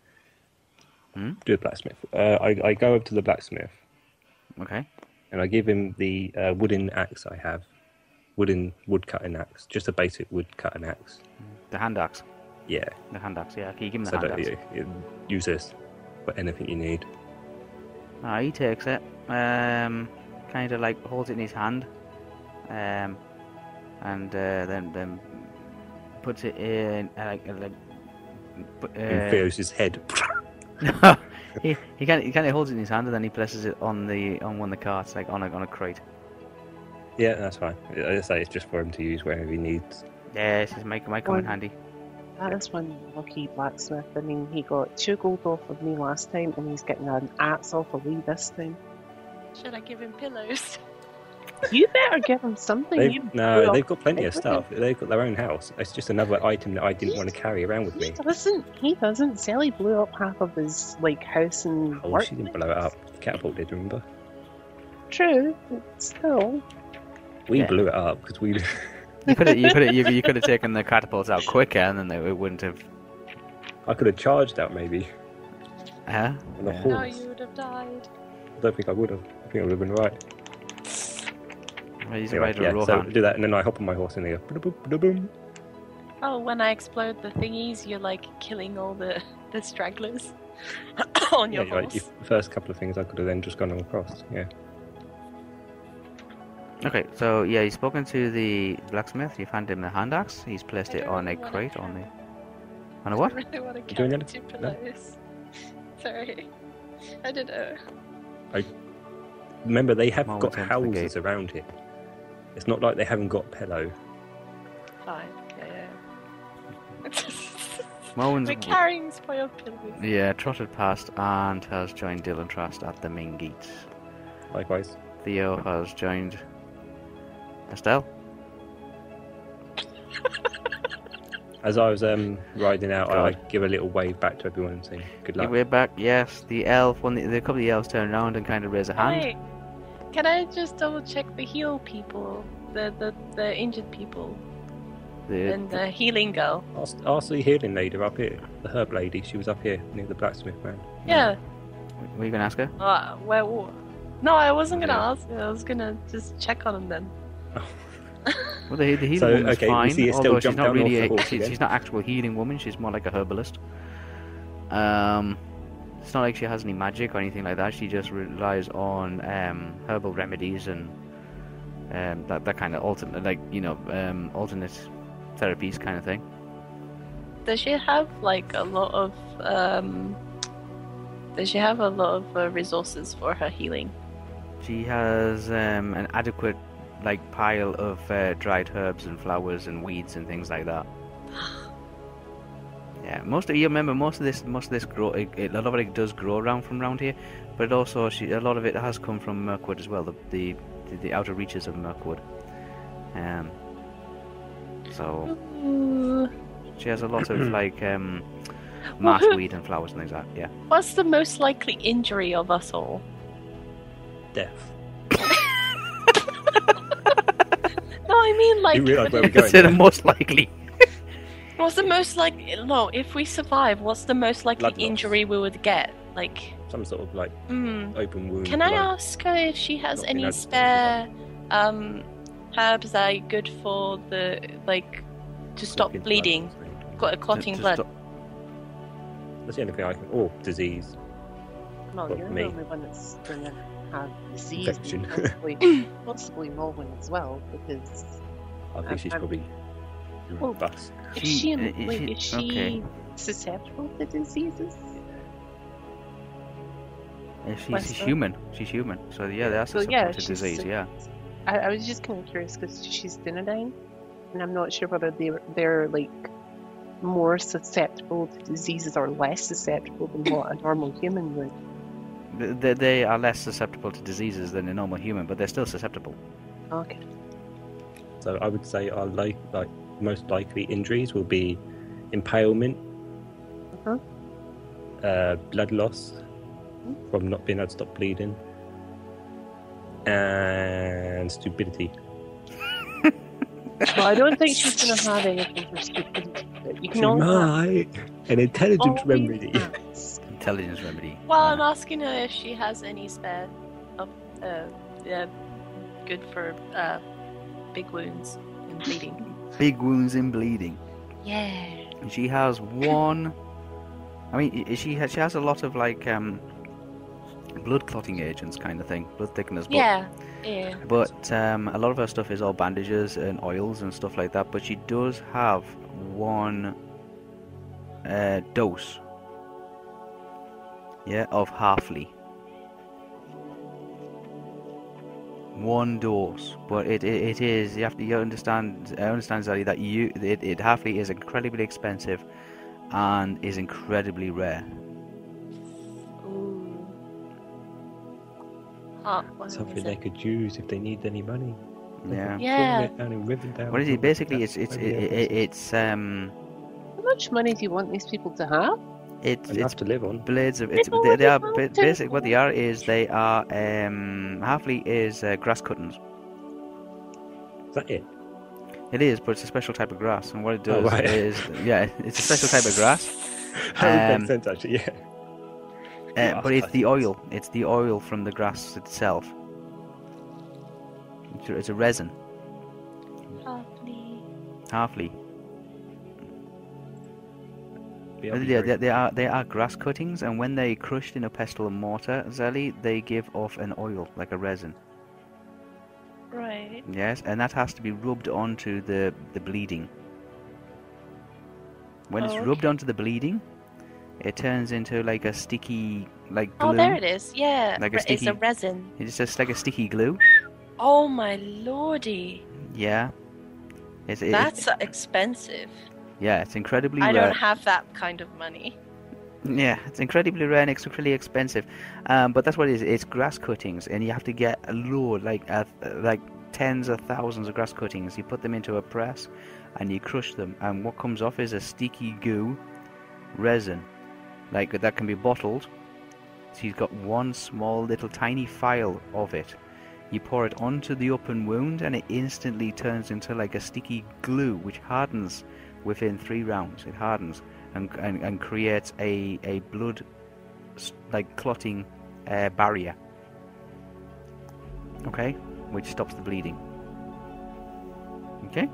Hmm?
Do a blacksmith. Uh, I I go over to the blacksmith
Okay.
and I give him the uh, wooden axe I have, wooden wood cutting axe, just a basic wood cutting axe.
The hand axe.
Yeah,
The hand axe. Yeah. Can you give him the
so I
hand
don't
axe?
yeah, yeah, use this. for anything you need.
Ah, he takes it. Um, kind of like holds it in his hand, um, and uh, then then puts it in uh, like uh, like. Put,
and
uh,
Theos's head.
he he kind of, he kind of holds it in his hand and then he places it on the on one of the carts like on a on a crate.
yeah, that's fine. I say it's just for him to use wherever he needs.
Yeah, this is might might come in
One.
handy.
That is one lucky blacksmith. I mean, he got two gold off of me last time, and he's getting an axe off of me this time.
Should I give him pillows?
You better give him something.
They've,
you
no,
blew
they've got plenty of
everything.
stuff. They've got their own house. It's just another item that I didn't
Yes.
want to carry around with me.
He doesn't. He doesn't. Sally blew up half of his like house and
Oh,
work.
she didn't blow it up. Catapult did, remember?
True, but still.
We
Yeah.
blew it up because we.
You could have you could have you, you could have taken the catapults out quicker and then they, it wouldn't have.
I could have charged out maybe
Huh?
on
Yeah.
No,
a horse.
Oh, you would have died.
I don't think I would have. I think I would have been right.
Well, he's a
Anyway,
rider of
yeah, so
Rohan.
do that, and then I hop on my horse and they go. "Ba-da-boom, ba-da-boom."
Oh, when I explode the thingies, you're like killing all the, the stragglers on
Yeah,
your
you're right,
horse.
you- the first couple of things I could have then just gone across. Yeah.
Okay, so yeah, you've spoken to the blacksmith. You've handed him the hand axe. He's
I
placed it
don't
on a
really wanna
crate on the
carry-
on a what?
I really want to
doing
carry
that?
two
No?
pillows. Sorry. I uh, don't know.
Remember, they have
Well,
got
we came to the
houses around here. It's not like they haven't got pillow.
Fine. Yeah, yeah.
Moen's
We're carrying spoiled pillows.
yeah trotted past and has joined Dylan Trust at the main gates.
Likewise,
Theo has joined Estelle.
as I was um, riding out, I
God.
like, give a little wave back to everyone and say good luck.
We're back. Yes, the elf. One, the, the couple of the elves turn around and kind of raise a hand.
Wait, can I just double check the heal people, the the, the injured people,
The-
and the healing girl?
Ask, ask the healing lady up here, the herb lady. She was up here near the blacksmith man.
Yeah.
Were you gonna ask her?
Uh, where? wha- No, I wasn't gonna
Yeah.
ask. I was gonna just check on them then.
Well, the, the healing
So,
woman's
okay, we
fine,
see Estelle
although she's
jump
not
down
really
off the
a,
horse
she's,
again.
she's not actual healing woman. She's more like a herbalist. Um, it's not like she has any magic or anything like that. She just relies on um, herbal remedies and um, that that kind of alternate, like you know, um, alternate therapies kind of thing.
Does she have like a lot of um? Does she have a lot of uh, resources for her healing?
She has um, an adequate like pile of uh, dried herbs and flowers and weeds and things like that. Yeah, most of you remember most of this most of this grow it, it, a lot of it does grow around from around here, but also she, a lot of it has come from Mirkwood as well, the the, the, the outer reaches of Mirkwood. Um, so
Mm.
Ooh.
she has a lot of like um, mass
who-
weed and flowers and things like that. Yeah.
What's the most likely injury of us all?
Death.
No, I mean like.
you realise where we're
That's
going?
the
yeah?
most likely.
What's the most like? No, if we survive, what's the most likely
Blood loss.
injury we would get? Like,
Some sort of like
hmm.
open wound.
Can I
like,
ask her if she has
Not been
any
able to
spare um, herbs that are good for the like to stop
looking blood or
bleeding,
something?
got a clotting
Just-
blood?
just-
That's the only thing I can. Or disease.
Well,
Well,
you're
me.
the only one that's going to have disease, and
Infection.
possibly, possibly Morwen as well, because
I think
Um,
she's
um,
probably
well,
robust.
is
She-
she,
uh, is
like,
she-
is she
okay.
susceptible to diseases?
Yeah, she,
West
she's
End.
human. She's human. So yeah, that's
Well,
a
yeah,
substance of disease.
she's sick.
Yeah.
I, I was just kind of curious because she's Dinadine, and I'm not sure whether they're they're like more susceptible to diseases or less susceptible than what a normal human would.
Th- They, they are less susceptible to diseases than a normal human, but they're still susceptible.
Okay.
So I would say our like like most likely injuries will be impalement,
Mhm.
uh, blood loss from not being able to stop bleeding, and stupidity.
Well, I don't think she's going to have anything for stupidity. But you can
She
always
might an intelligent
always
remedy.
ask.
Intelligence remedy.
Well, I'm
Ah.
uh,
asking her if she has any spare of uh, uh, good for uh, big wounds and bleeding.
big wounds and bleeding.
yeah.
She has one I mean, i- she has, she has a lot of like um, blood clotting agents, kind of thing, blood thickeners. But,
Yeah, yeah.
But um, a lot of her stuff is all bandages and oils and stuff like that. But she does have one uh, dose, yeah, of Halfley. One dose, but it, it, it is you have to you understand. I understand Zadie, that you it, it Halfley is incredibly expensive, and is incredibly rare.
Ooh. Heart, what is
Something
it?
they could use if they need any money. They
Yeah.
could
Yeah.
pawn it Down in Rivendell.
What is it? Basically, it's it's
That's
it,
maybe
it,
a-
it's um
How much money do you want these people to have?
it's
enough
it's
to live on.
blades of it's,
Little
they, they are
wonderful
ba- basic what they are is they are um halfly is uh, grass cuttings
Is that it?
it is but it's a special type of grass and what it
Oh,
does
right.
is yeah it's a special type of grass
that would
Um,
make sense actually. Yeah.
uh,
Grass
but it's the
cuttings.
oil it's the oil from the grass itself it's a, it's a resin
Lovely.
halfly
Yeah,
Well,
I'd be
Yeah,
very-
they, they are they are grass cuttings, and when they crushed in a pestle and mortar, Zelly, they give off an oil like a resin.
Right.
Yes, and that has to be rubbed onto the the bleeding. When it's
Oh,
rubbed
okay.
onto the bleeding, it turns into like a sticky like glue.
Oh, there it is. Yeah,
Like a
Re- it's
sticky-
a resin.
It's just like a sticky glue.
Oh my lordy,
Yeah. It's, it- it's-
that's expensive.
yeah, it's incredibly
I
rare.
don't have that kind of money.
Yeah, it's incredibly rare and it's incredibly expensive. Um, but that's what it is. It's grass cuttings, and you have to get a load, like a, like tens of thousands of grass cuttings. You put them into a press, and you crush them. And what comes off is a sticky goo, resin, like that can be bottled. So you've got one small little tiny vial of it. You pour it onto the open wound, and it instantly turns into like a sticky glue, which hardens within three rounds. It hardens and, and, and creates a, a blood s- like clotting uh, barrier. Okay, which stops the bleeding. Okay,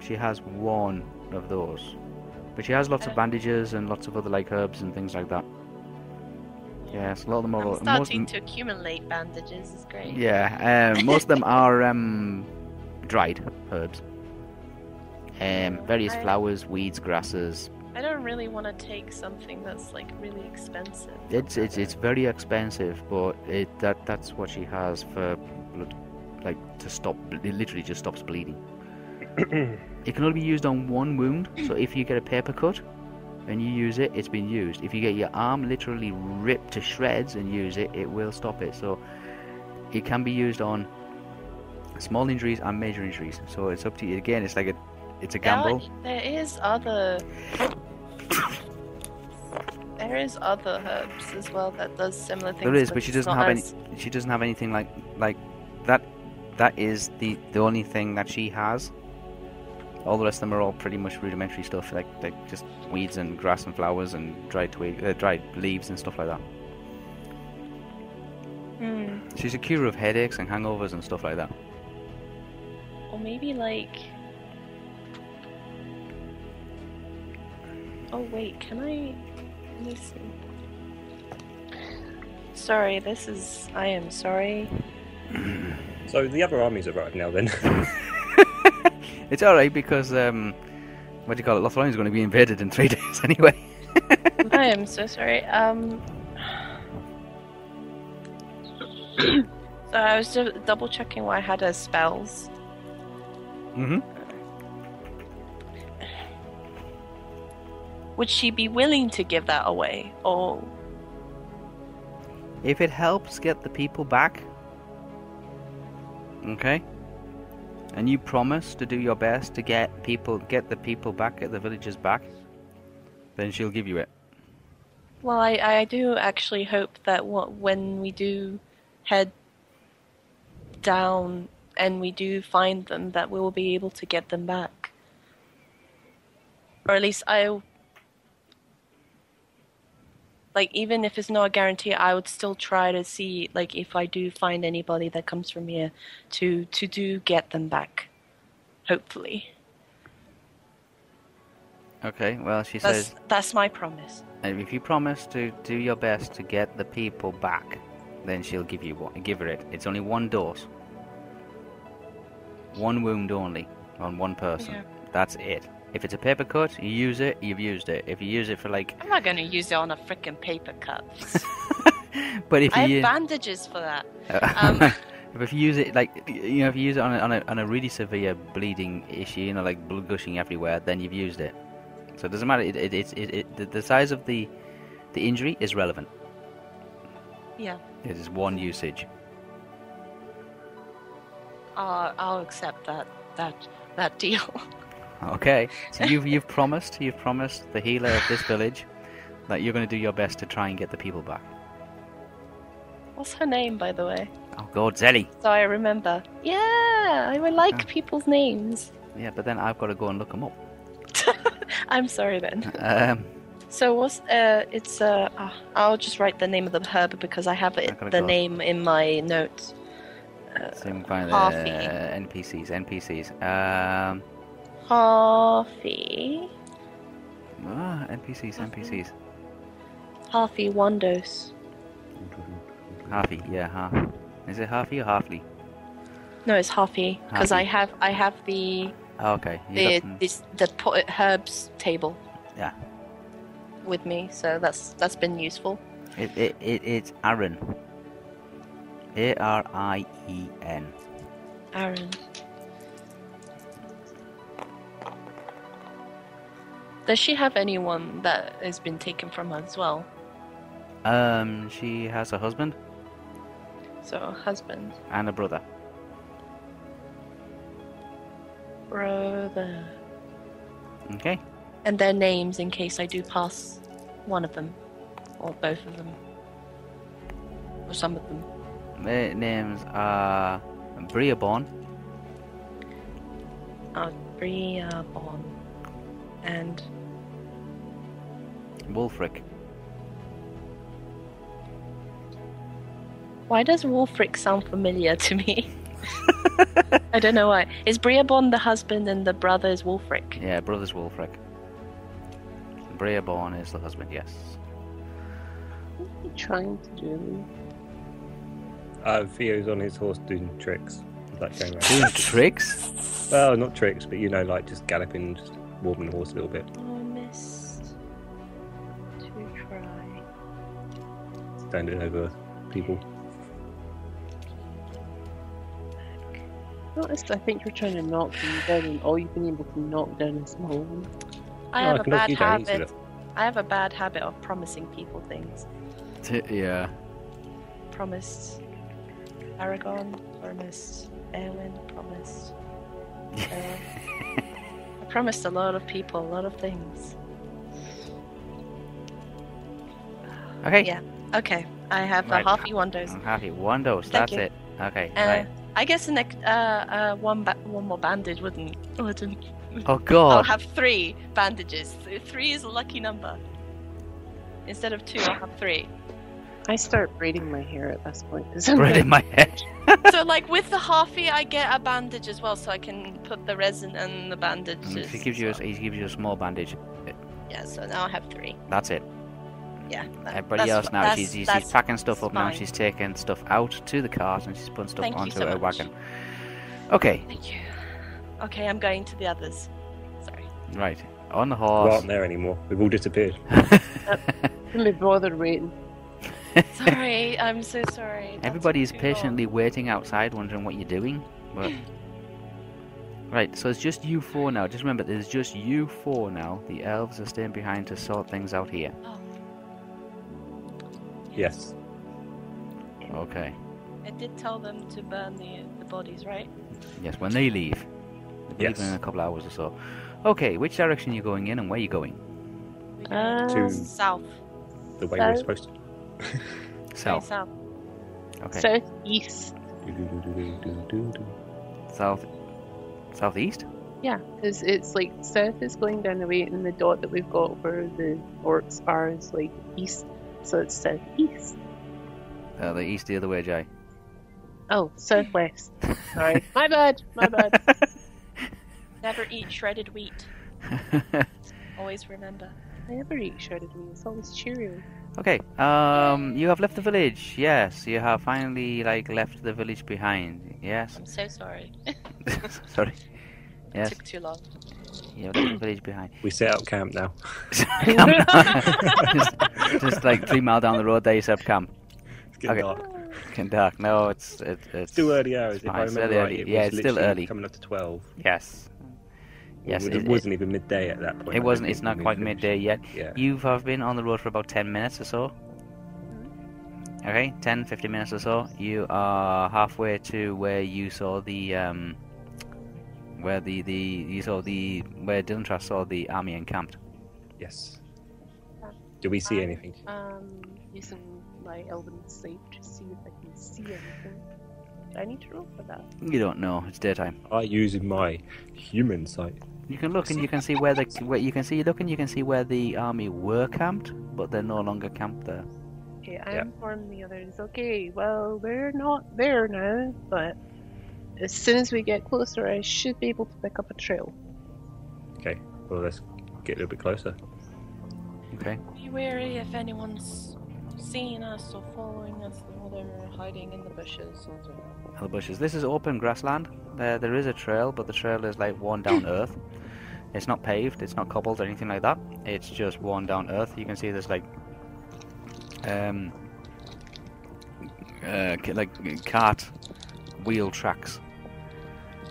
she has one of those, but she has lots
Uh.
of bandages and lots of other like herbs and things like that. Yes, a lot of them are.
I'm
most-
starting to accumulate bandages. It's great.
yeah, um, most of them are um, dried herbs. Um, various
I-
flowers, weeds, grasses.
I don't really want to take something that's like really expensive.
It's it's it's very expensive, but it that that's what she has for blood, like to stop. It literally just stops bleeding. it can only be used on one wound. So if you get a paper cut, and you use it, it's been used. If you get your arm literally ripped to shreds and use it, it will stop it. So it can be used on small injuries and major injuries. So it's up to you. Again, it's like a it's a
There are-
gamble.
there is other. There is other herbs as well that does similar things.
There is, but she
it's
doesn't
not
have
as-
any. She doesn't have anything like like that. That is the the only thing that she has. All the rest of them are all pretty much rudimentary stuff, like like just weeds and grass and flowers and dried twig, uh, dried leaves and stuff like that.
Hmm.
She's a cure of headaches and hangovers and stuff like that.
Or maybe like. Oh wait, can I? Let me see. Sorry, this is. I am sorry.
So the other armies arrived now then.
It's all right because um, what do you call it? Lothlorian's going to be invaded in three days anyway.
I am so sorry. Um. so I was ju- double checking what I had as spells.
Mm-hmm.
Would she be willing to give that away? Or
If it helps get the people back, okay, and you promise to do your best to get people, get the people back, get the villagers back, then she'll give you it.
well, I I do actually hope that what when we do head down and we do find them, that we will be able to get them back. Or at least I. Like even if it's not a guarantee, I would still try to see like if I do find anybody that comes from here, to to do get them back, hopefully.
Okay, well, she
That's
says,
that's my promise.
"And if you promise to do your best to get the people back, then she'll give you one, give her it. It's only one dose, one wound only on one person. That's it. If it's a paper cut, you use it. You've used it. If you use it for like,
I'm not going to use it on a freaking paper cut.
but if
I
you
have bandages for that.
Uh, if you use it like you know, if you use it on a, on a, on a really severe bleeding issue, you know, like blood gushing everywhere, then you've used it. So it doesn't matter. It, it, it, it, it the, the size of the the injury is relevant.
Yeah.
It is one usage.
Uh, I'll accept that that that deal.
Okay. So you've you've promised you've promised the healer of this village that you're going to do your best to try and get the people back.
What's her name, by the way?
Oh God, Zelly.
So I remember. Yeah, I would like
Ah.
people's names.
Yeah, but then I've got to go and look them up.
I'm sorry then.
Um,
So what's uh? It's uh. ah, I'll just write the name of the herb because I have
I
it,
gotta
the
go.
name in my notes.
so you can find uh, the
Coffee.
NPCs, NPCs. Um,
Harvey.
Ah, NPCs, NPCs.
Harvey Wandos.
Harvey, yeah, Harvey. Is it Harvey or Harfley?
No, it's Harvey because
Harvey.
I have I have the
Oh, okay. you
the
got- mm,
this the po- herbs table.
Yeah.
With me, so that's that's been useful.
It, it, it, it's Aaron. A R I E N.
Aaron. Does she have anyone that has been taken from her as well?
Um, she has a husband
So her husband,
and a brother.
brother,
Okay.
and their names in case I do pass one of them, or both of them, or some of them.
Their names are Briaborn,
Briabon and
Wolfric.
Why does Wolfric sound familiar to me? I don't know why. Is Briabon the husband and the brother is Wolfric?
Yeah, brother's Wolfric. Briaborn is the husband, yes.
What are you trying to do?
Uh, Theo's on his horse doing tricks, like going around.
Doing tricks?
well, not tricks, but you know, like just galloping, and just warming the horse a little bit.
I missed to try.
standing over people.
Notice, I think you're trying to knock them down, and all you've been able to knock down is one.
I
Oh,
have
I
a
can knock
bad
you down easily.
habit. I have a bad habit of promising people things.
T- yeah.
Promised Aragon, promised Erwin, promised. Erwin. I promised a lot of people a lot of things.
Okay.
Yeah. Okay, I have
Right.
a Harvey Wonders.
I'm happy. One dose,
Thank
that's
you.
it. Okay,
Uh,
right.
I guess an ex- uh, uh, one ba- one more bandage wouldn't wouldn't.
Oh,
I'll
God.
have three bandages. Th- Three is a lucky number. Instead of two, I'll have three.
I start braiding my hair at this point.
Bread in my head.
so like with the halfie, I get a bandage as well, so I can put the resin and the bandages.
Mm, He gives you a,
so-
he gives you a small bandage.
yeah. So now I have three.
That's it.
Yeah. that-
Everybody
that's-
else now,
that's-
she's, she's, she's
that's-
packing stuff
that's
up now.
fine.
She's taking stuff out to the cart and she's putting stuff
Thank you
onto
so
her
much.
wagon. Okay,
Thank you. Okay, I'm going to the others. Sorry.
right. On the
We
horse.
aren't there anymore. We've all disappeared.
Couldn't be bothered waiting.
Sorry, I'm so sorry. that
Everybody's
took too long.
patiently waiting outside, wondering what you're doing. But right, so it's just you four now. Just remember, there's just you four now. The elves are staying behind to sort things out here.
Oh,
Yes.
Okay.
I did tell them to burn the the bodies, right?
Yes, when they leave. They're
Yes.
leaving in a couple hours or so. Okay, which direction are you going in and where are you going?
We're
Uh,
going
To
south.
the way we we're
So-
supposed to.
Going
South.
south.
Okay.
Southeast
South. Southeast?
is it's like south is going down the way, and the dot that we've got where the orcs are is like east, so it's southeast.
Uh, the east the other way, Jay.
Oh, southwest. Sorry, my bad, my bad.
Never eat shredded wheat
Always remember.
I never eat shredded meat. It's always Cheerio.
Okay. Um, you have left the village. Yes, you have finally like left the village behind. Yes.
I'm so sorry.
Sorry.
It
Yes,
took too long.
you have left the village behind.
We set up camp now.
just, just like three mile down the road, there you set up camp.
It's getting
Okay.
dark.
Getting dark. No, it's it, it's
Still early hours, if
fine,
I
it's
remember
still
right.
early.
It
Yeah,
was
it's still
literally
early.
Coming up to 12.
Yes. Yes,
it,
it- it-
wasn't even midday at that point.
It
I
wasn't.
don't
It's
think
not
we'd
quite
finished.
midday yet.
Yeah.
You have been on the road for about 10 minutes or so. Okay, 10, 15 minutes or so. You are halfway to where you saw the, um, where the, the, you saw the, where Dylan Trask saw the army encamped.
Yes. Do we see anything?
Um, using my elven sight to see if I can see anything. Do I need to roll for that.
You don't know, it's daytime.
I using my human sight.
You can look and you can see where the, where you can see, you look and you can see where the army were camped, but they're no longer camped there.
Okay, I
Yeah.
inform the others. Okay, well, they're not there now, but as soon as we get closer, I should be able to pick up a trail.
Okay, well, let's get a little bit closer.
Okay.
Be wary if anyone's seen us or following us or they're hiding in the bushes or
Out of the bushes. This is open grassland. There, there is a trail, but the trail is like worn down earth. It's not paved. It's not cobbled or anything like that. It's just worn down earth. You can see there's like, um, uh, ca- like cart wheel tracks.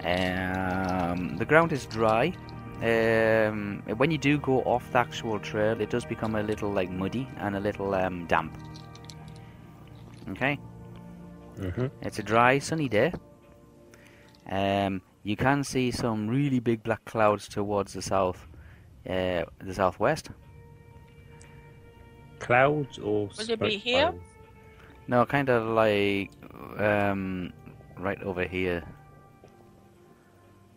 Um, the ground is dry. Um, when you do go off the actual trail, it does become a little like muddy and a little um, damp. Okay.
Mm-hmm.
It's a dry, sunny day. Um, you can see some really big black clouds towards the south, uh, the southwest.
Clouds or
it
smoke
be here?
clouds?
No, kind of like um, right over here.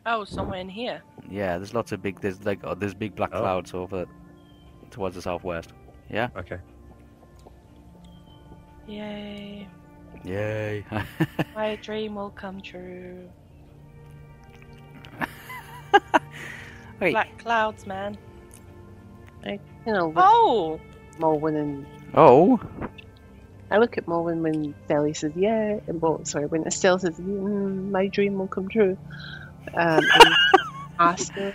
Oh, somewhere in here.
Yeah, there's lots of big. There's like oh, there's big black
Oh.
clouds over towards the southwest. Yeah.
Okay.
Yay.
Yay.
My dream will come true.
Wait.
Black clouds, man.
You know, look
Oh!
at Mulwin and
Oh.
I look at Mulwin when Sally says yeah, and well, sorry, when Estelle says mm, my dream will come true, um, and ask her,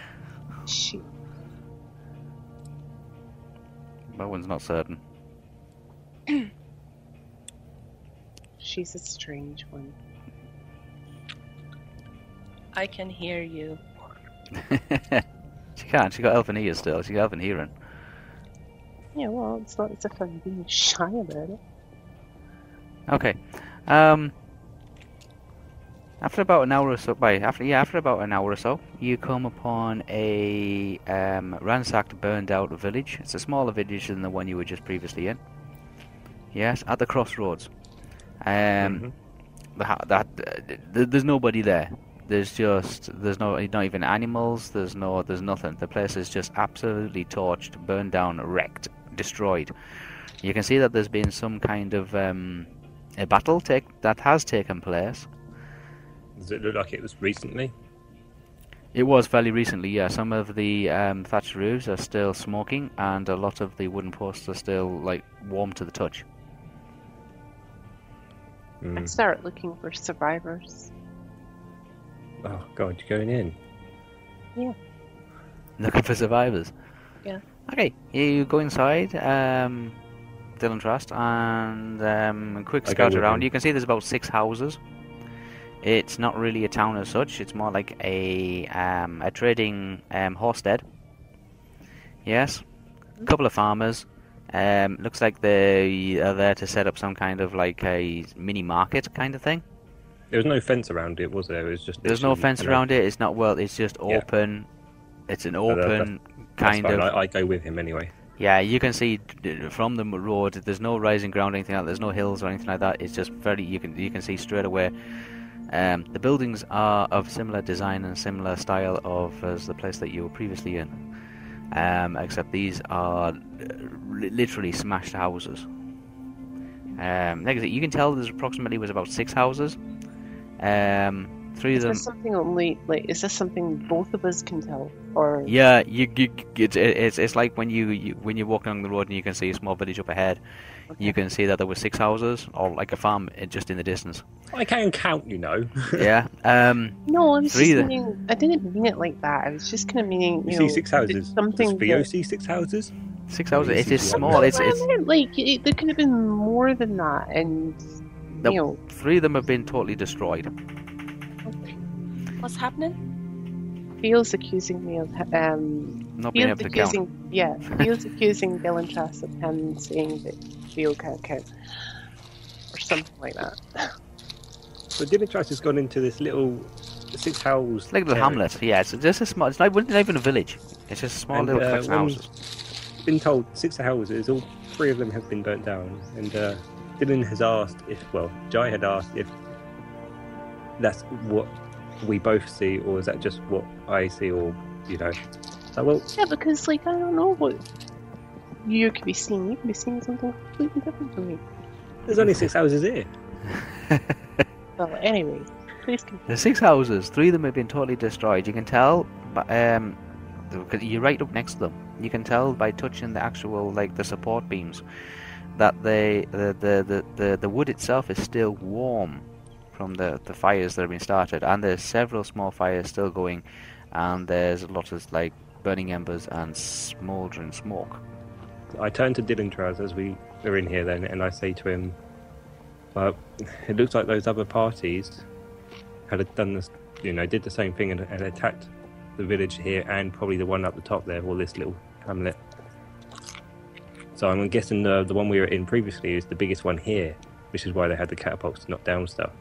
she
That one's not certain.
she's a strange one.
I can hear you.
she can't. She got elfin ears still. She got elfin hearing.
Yeah, well, it's not as if I'm being shy about it.
Okay. Um, after about an hour or so, by after yeah, after about an hour or so, you come upon a um, ransacked, burned out village. It's a smaller village than the one you were just previously in. Yes, at the crossroads. Um,
Mhm.
the ha- that uh, th- there's nobody there. There's just there's no not even animals. There's no there's nothing. The place is just absolutely torched, burned down, wrecked, destroyed. You can see that there's been some kind of um, a battle take that has taken place.
Does it look like it was recently?
It was fairly recently. Yeah, some of the um, thatched roofs are still smoking, and a lot of the wooden posts are still like warm to the touch. Hmm.
I
Mm.
start looking for survivors.
Oh, God, you're going in.
Looking for survivors.
Yeah.
Okay, you go inside, um, Dylan Trust, and um, a quick
I go
scout
with
around.
him.
You can see there's about six houses. It's not really a town as such. It's more like a um, a trading um, homestead. Yes, a couple of farmers. Um, looks like they are there to set up some kind of like a mini market kind of thing.
There was no fence around it, was there? It was just.
There's no
literally,
fence
you know,
around it. It's not well. It's just
Yeah.
open. It's an
that- that's-
open
that's
kind
fine,
of.
I, I go with him anyway.
Yeah, you can see d- from the m- road. There's no rising ground, or anything like that. There's no hills or anything like that. It's just very you can you can see straight away. Um, the buildings are of similar design and similar style of as the place that you were previously in, um, except these are uh, li- literally smashed houses. Um, like I said, you can tell there's approximately was about six houses. Um, Three of
Is
them.
this something only like is this something both of us can tell, or
Yeah, you, you it's, it's it's like when you, you when you walk along the road and you can see a small village up ahead. You can see that there were six houses or like a farm eh, just in the distance.
I can count, you know.
yeah. Um.
no? I was just
Three then.
meaning, I didn't mean it like that. I was just kind of meaning you,
You
know,
see six houses.
something
Does Theo see six houses?
Six
Well,
houses.
you
It
see
is
the
small.
other-
It's it's
I meant, like it, there could have been more than that, and
Nope.
you know,
three of them have been totally destroyed.
What's happening?
Theo's accusing me of um,
Not being
Theo's
able to count.
accusing yeah, Theo's accusing Delantrass of him saying that Theo can't count, or something like that.
So Dimitras has gone into this little six house.
It's like a little
area.
hamlet. Yeah. It's just a small. It's like not even a village. It's just a small
And,
little
uh,
collection of
when-
houses.
Been told six houses. All three of them have been burnt down. And uh, Dylan has asked if, well, Jai had asked if that's what we both see, or is that just what I see, or you know? So well,
Yeah, because like I don't know what you could be seeing. You could be seeing something completely different from me.
there's only six houses here.
Well, anyway, please continue.
There's six houses. Three of them have been totally destroyed. You can tell, but um, the- 'cause you're right up next to them. You can tell by touching the actual like the support beams that they the the the, the, the wood itself is still warm from the, the fires that have been started, and there's several small fires still going, and there's lots of like burning embers and smouldering smoke.
I turn to Dilintraz as we are in here then, and I say to him, "Well, it looks like those other parties had done this, you know, did the same thing and, and attacked the village here and probably the one up the top there, or this little hamlet." So I'm guessing the the one we were in previously is the biggest one here, which is why they had the catapults to knock down stuff.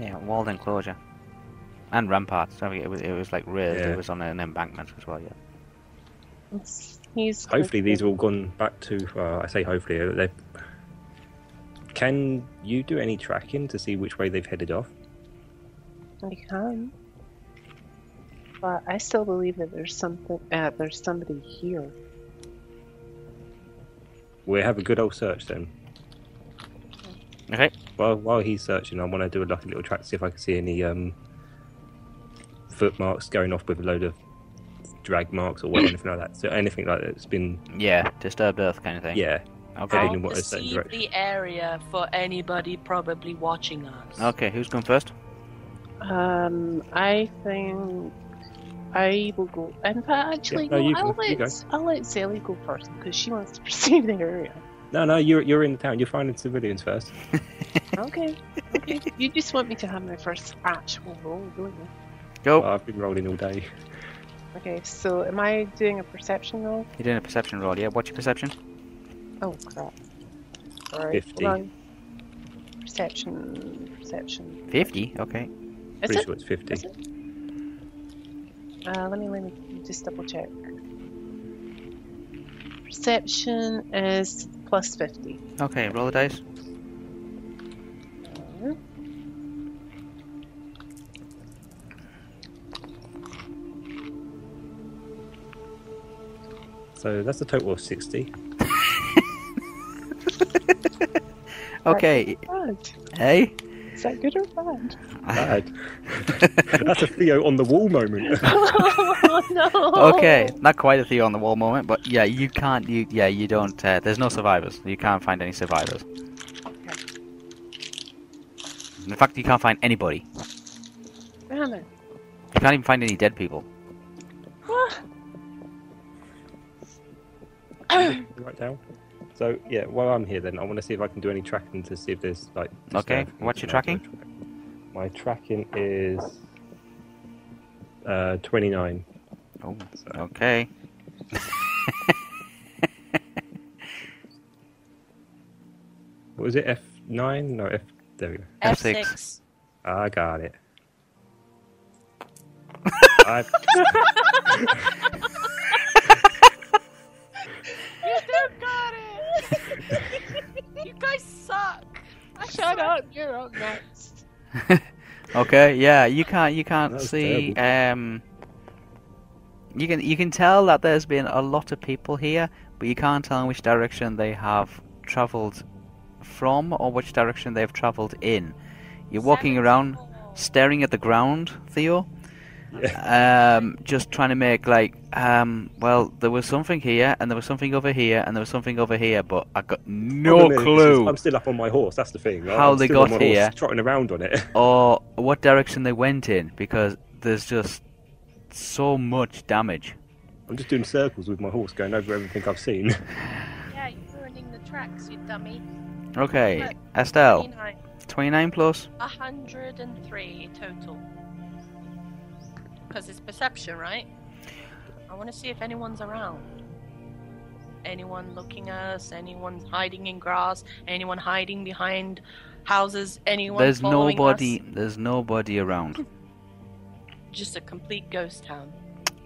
Yeah, walled enclosure and ramparts. I mean, it was it was like raised.
Yeah.
It was on an embankment as well. Yeah.
It's- He's gonna
Hopefully, these are all gone back to. Uh, I say hopefully. uh, They. Can you do any tracking to see which way they've headed off?
I can. But I still believe that there's something. Uh, there's somebody here.
We'll have a good old search then.
Okay.
While while he's searching, I want to do a lucky little track to see if I can see any um, footmarks going off with a load of drag marks or what, anything like that. So anything like that's been
Yeah, disturbed earth kind of thing.
yeah.
Okay.
Heading
I'll
in what a certain
perceive
direction.
the area for anybody probably watching us.
Okay, who's going first?
Um, I think I will go. In fact, actually,
no,
no,
you
I'll
go, you go.
let I'll let Sally go first because she wants to perceive the area.
No, no, you're you're in the town. You're finding civilians first.
okay. Okay. You just want me to have my first actual roll, don't you?
Go.
I've been rolling all day.
Okay. So, am I doing a perception roll?
You're doing a perception roll, yeah? What's your perception?
Oh crap! Sorry.
50.
Hold on. Perception. Perception.
50? Okay.
Is
Pretty
it?
sure it's fifty.
Is it? Uh, let me let me just double check. Perception is plus fifty.
Okay, roll the dice.
So that's a total of sixty.
Okay,
Bad.
hey?
Is that good or bad?
Bad. that's a Theo on the wall moment.
oh no!
okay, not quite a Theo on the wall moment, but yeah, you can't, you, yeah, you don't, uh, there's no survivors. You can't find any survivors. In fact, you can't find anybody.
Damn it!
You can't even find any dead people.
right down. So yeah, while I'm here, then I want to see if I can do any tracking to see if there's like.
Okay,
disturbance
what's your
and I can track- My tracking is uh, 29.
Oh,
So
okay.
what was it? F9? No, F. There we go. Ah,
F6.
F6.
I got it. I,
You still got it! you guys suck! I
Shut up! You're up next.
Okay, yeah, you can't you can't
That was
see um you can you can tell that there's been a lot of people here, but you can't tell in which direction they have traveled from or which direction they've traveled in. You're walking around staring at the ground, Theo. Um, just trying to make like, um, well, there was something here, and there was something over here, and there was something over here, but I got no
Problem is,
clue
I'm still up on my horse. That's the thing.
How
I'm
they
still on
got
my horse,
here.
trotting around on it.
or what direction they went in because there's just so much damage.
I'm just doing circles with my horse, going over everything I've seen.
Yeah, you're ruining the tracks, you dummy.
Okay,
Look,
Estelle,
29.
29 plus.
103 total. Because it's perception, right? I want to see if anyone's around. Anyone looking at us? Anyone hiding in grass? Anyone hiding behind houses? Anyone
There's
following
nobody.
us?
There's nobody around.
Just a complete ghost town.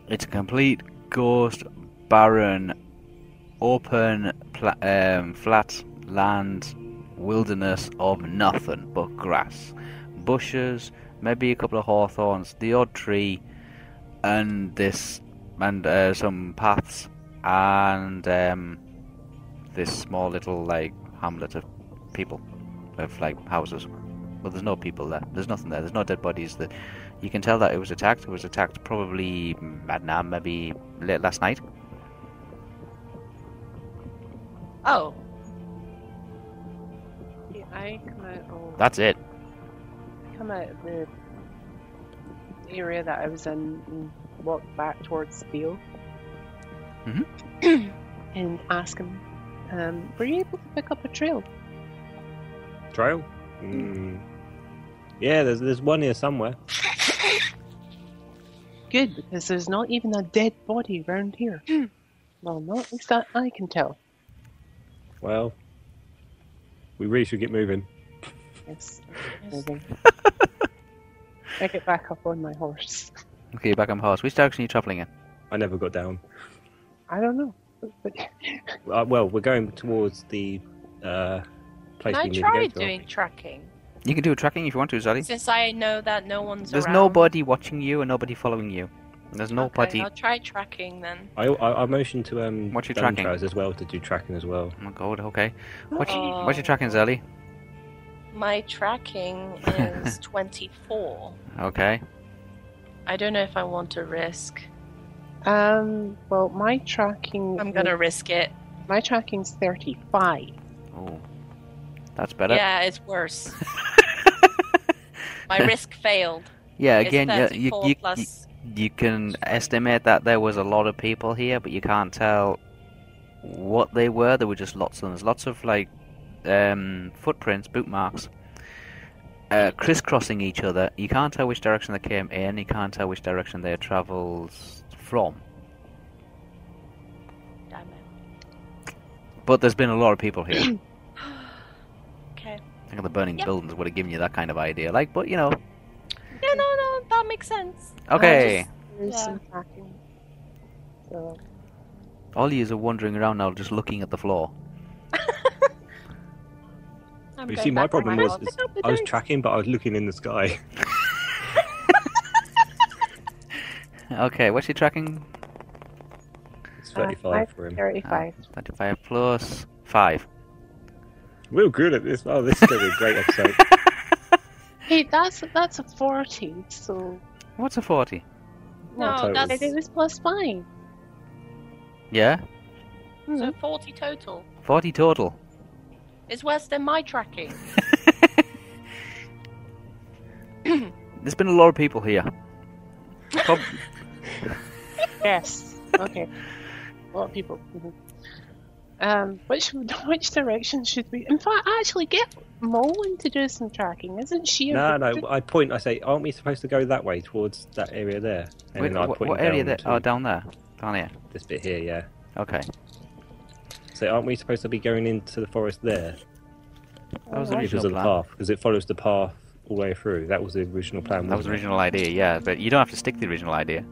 It's a complete ghost, barren, open, pla- um, flat land, wilderness of nothing but grass, bushes, maybe a couple of hawthorns, the odd tree, and this, and uh, some paths, and um, this small little like hamlet of people, of like houses. But there's no people there. There's nothing there. There's no dead bodies. There. You can tell that it was attacked. It was attacked probably, mm, I don't know, maybe late last night.
Oh,
Yeah, I come out of
That's it.
come out of the area that I was in and walk back towards Theo
Mhm.
and ask him, um, were you able to pick up a trail?
Trail? Mm. Yeah, there's there's one here somewhere.
Good, because there's not even a dead body around here. well, not at least that I can tell.
Well, we really should get moving.
Yes. moving. I get back up on my horse.
Okay, back on horse. Which direction are you travelling in?
I never got down.
I don't know. But
Uh, well, we're going towards the uh, place
can I
we need
try
to go to.
doing tracking?
You can do a tracking if you want to, Sally.
Since I know that no one's
There's
around.
nobody watching you and nobody following you. There's nobody.
Okay, I'll try tracking then.
I, I, I motioned to um
What's your
Dunn
tracking?
Trousers as well to do tracking as well.
Oh my god, okay. What you,
Ah.
Oh.
what you tracking, Sally?
My tracking is 24.
Okay.
I don't know if I want to risk.
um, well, my tracking
I'm gonna risk it.
my tracking's thirty-five.
Oh. That's better.
Yeah, it's worse. My risk failed.
Yeah,
It's
again, yeah, you,
34
you, you,
plus.
you can estimate that there was a lot of people here, but you can't tell what they were. There were just lots of them. There's lots of like um, footprints, boot marks, uh, crisscrossing each other. You can't tell which direction they came in. You can't tell which direction they travelled from.
Damn it.
But there's been a lot of people here. I
okay.
think the burning
Yep.
buildings would have given you that kind of idea. Like, but you know,
No, no, no. That makes sense.
okay.
There's
Yeah.
some tracking. So
All yous are wandering around now, just looking at the floor.
I'm
You
going
see, my
back to
problem was
house.
is I was tracking, but I was looking in the sky.
Okay, what's your tracking?
It's
Uh,
35 for him.
thirty-five.
25 plus 5.
We're good at this. Oh, this is going to be a great episode.
Hey, that's that's a forty. So
What's a 40?
No,
Total.
that's
it was plus five.
Yeah? Hmm.
so 40 total.
40 total.
It's worse than my tracking.
There's been a lot of people here. Prob-
Yes. Okay. a lot of people. Mhm. Um, which which direction should we? In fact, actually, get Molin to do some tracking. Isn't she? a-
no, no. I point. I say, aren't we supposed to go that way towards that area there? And
Wait,
then I
what,
point
what
down
area? There?
to
Oh, down there. Down here.
this bit here. Yeah.
Okay.
So aren't we supposed to be going into the forest there?
That was the
Because
original
of the
plan.
path, because it follows the path all the way through. That was the original plan.
That was the
wasn't it?
original idea, yeah. But you don't have to stick to the original idea.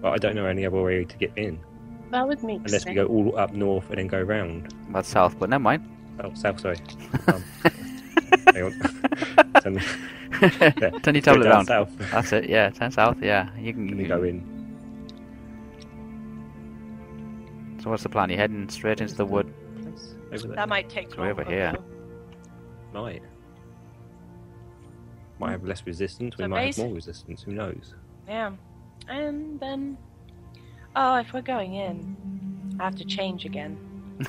But I don't know any other way to get in
That would make
unless we
sense.
go all up north and then go round.
That's south, but never mind.
Oh, south. Sorry. Um, hang on. Turn the-
Turn your
go
tablet
down
around.
south.
That's it, yeah. Turn south, yeah. You can,
Let me go in.
So what's the plan? You're heading straight into the wood.
Over there.
that might take
It's way over
longer,
here.
though.
Right. might have less resistance. We
So
might have
basi-
more resistance. Who knows?
Yeah. And then. Oh, if we're going in, I have to change again.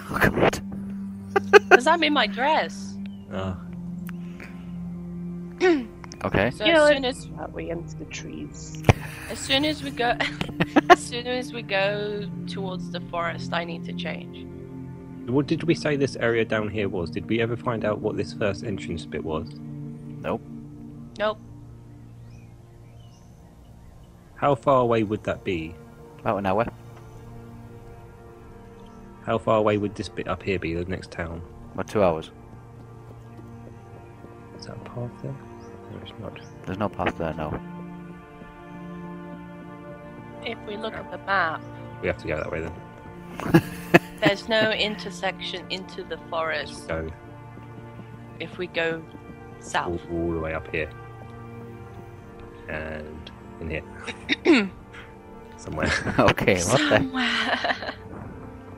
Oh god.
Does that mean my dress?
Ah,
Okay.
So
You know,
as
it-
soon as
That way into the trees.
as soon as we go, as soon as we go towards the forest, I need to change.
what did we say this area down here was? Did we ever find out what this first entrance bit was?
Nope.
How far away would that be?
About an hour.
How far away would this bit up here be? The next town?
About two hours.
Is that a path there? No, it's not.
There's no path there now.
If we look at the map,
We have to go that way then.
there's no intersection into the forest.
Go
If we go
all,
south,
all the way up here and in here somewhere.
okay, what the?
somewhere.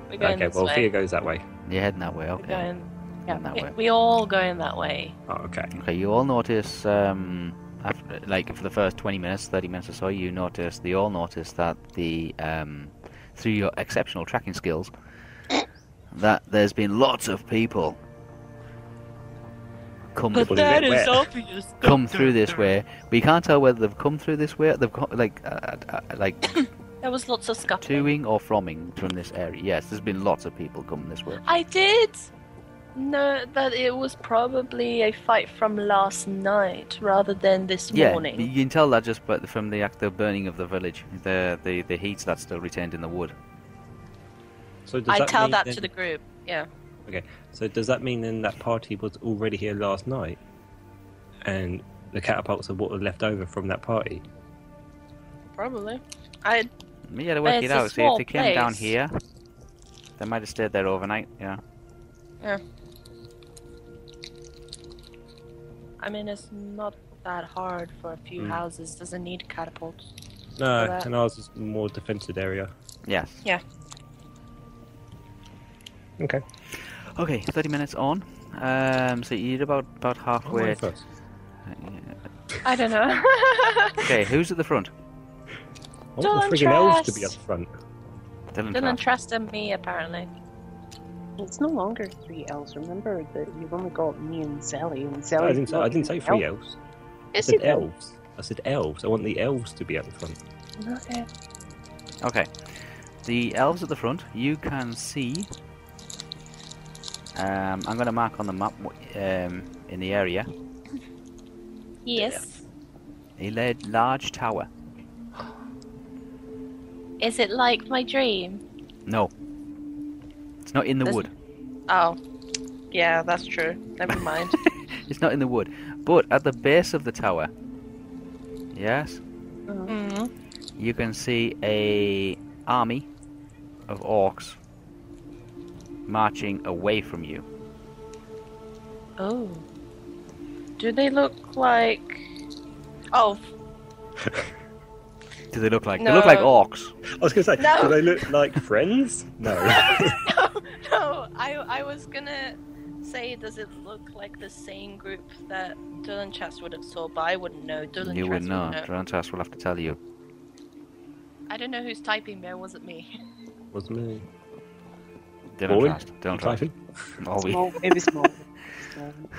we're going
okay,
this
well, Thea
way.
goes that way.
You're heading that way,
We're
okay.
going.
Heading that
we-
way.
we all going that way.
Oh, okay.
Okay, you all notice, um, after, like for the first 20 minutes, 30 minutes or so, you notice, they all notice that the, um, through your exceptional tracking skills, that there's been lots of people come
But that is
obvious.
come through this way. But you can't tell whether they've come through this way, they've got like, uh, uh, like
There was lots of scuffling.
e-
toing or froming from this area. Yes, there's been lots of people coming this way.
I did know that it was probably a fight from last night rather than this
Yeah,
morning.
you can tell that just but from the act of burning of the village, the the the heat that's still retained in the wood.
So does
I
that
tell
mean
that
then-
to the group. Yeah.
So does that mean then that party was already here last night, and the catapults are what were left over from that party?
Probably. I
You gotta work
It's
it
a
out. See if
small
they came down
place.
here, they might have stayed there overnight. Yeah.
I mean it's not that hard for a
Hmm.
few houses. Doesn't need catapults.
No,
that-
and ours is more defensive area.
Yes.
Yeah.
Okay.
Okay, thirty minutes on. Um, so you're about about
I'll go
halfway.
first.
I don't know.
okay, who's at the front?
I want the
Don't
friggin' elves
trust.
to be up front.
Dylan.
Didn't
Clark.
trust in me apparently.
It's no longer three elves. Remember that you've only got me and Zelly, and
No,
Zelly.
I didn't say I didn't say three elves. I
Yes, you
said
did.
elves. I said elves. I want the elves to be up the front.
Okay.
Okay. The elves at the front, you can see. Um, I'm going to mark on the map what, um, in the area
Yes.
a la- large tower.
Is it like my dream?
No. It's not in the
There's-
wood.
Oh. Yeah, that's true. Never mind.
It's not in the wood. But at the base of the tower, yes,
mm.
you can see a army of orcs marching away from you.
Oh. Do they look like Oh,
Do they look like? They look like
No.
orcs.
I was gonna say,
No.
do they look like friends? No.
No, I I was gonna say, does it look like the same group that Dylan Chas would have saw, but I wouldn't know. Dylan
you
Chas
would
would
not.
know.
Drantas will have to tell you.
I don't know who's typing there. Was it me?
Was me.
Dylan
Boy,
Trust. Dylan Trust.
Typhon?
Always.
Small, it was small.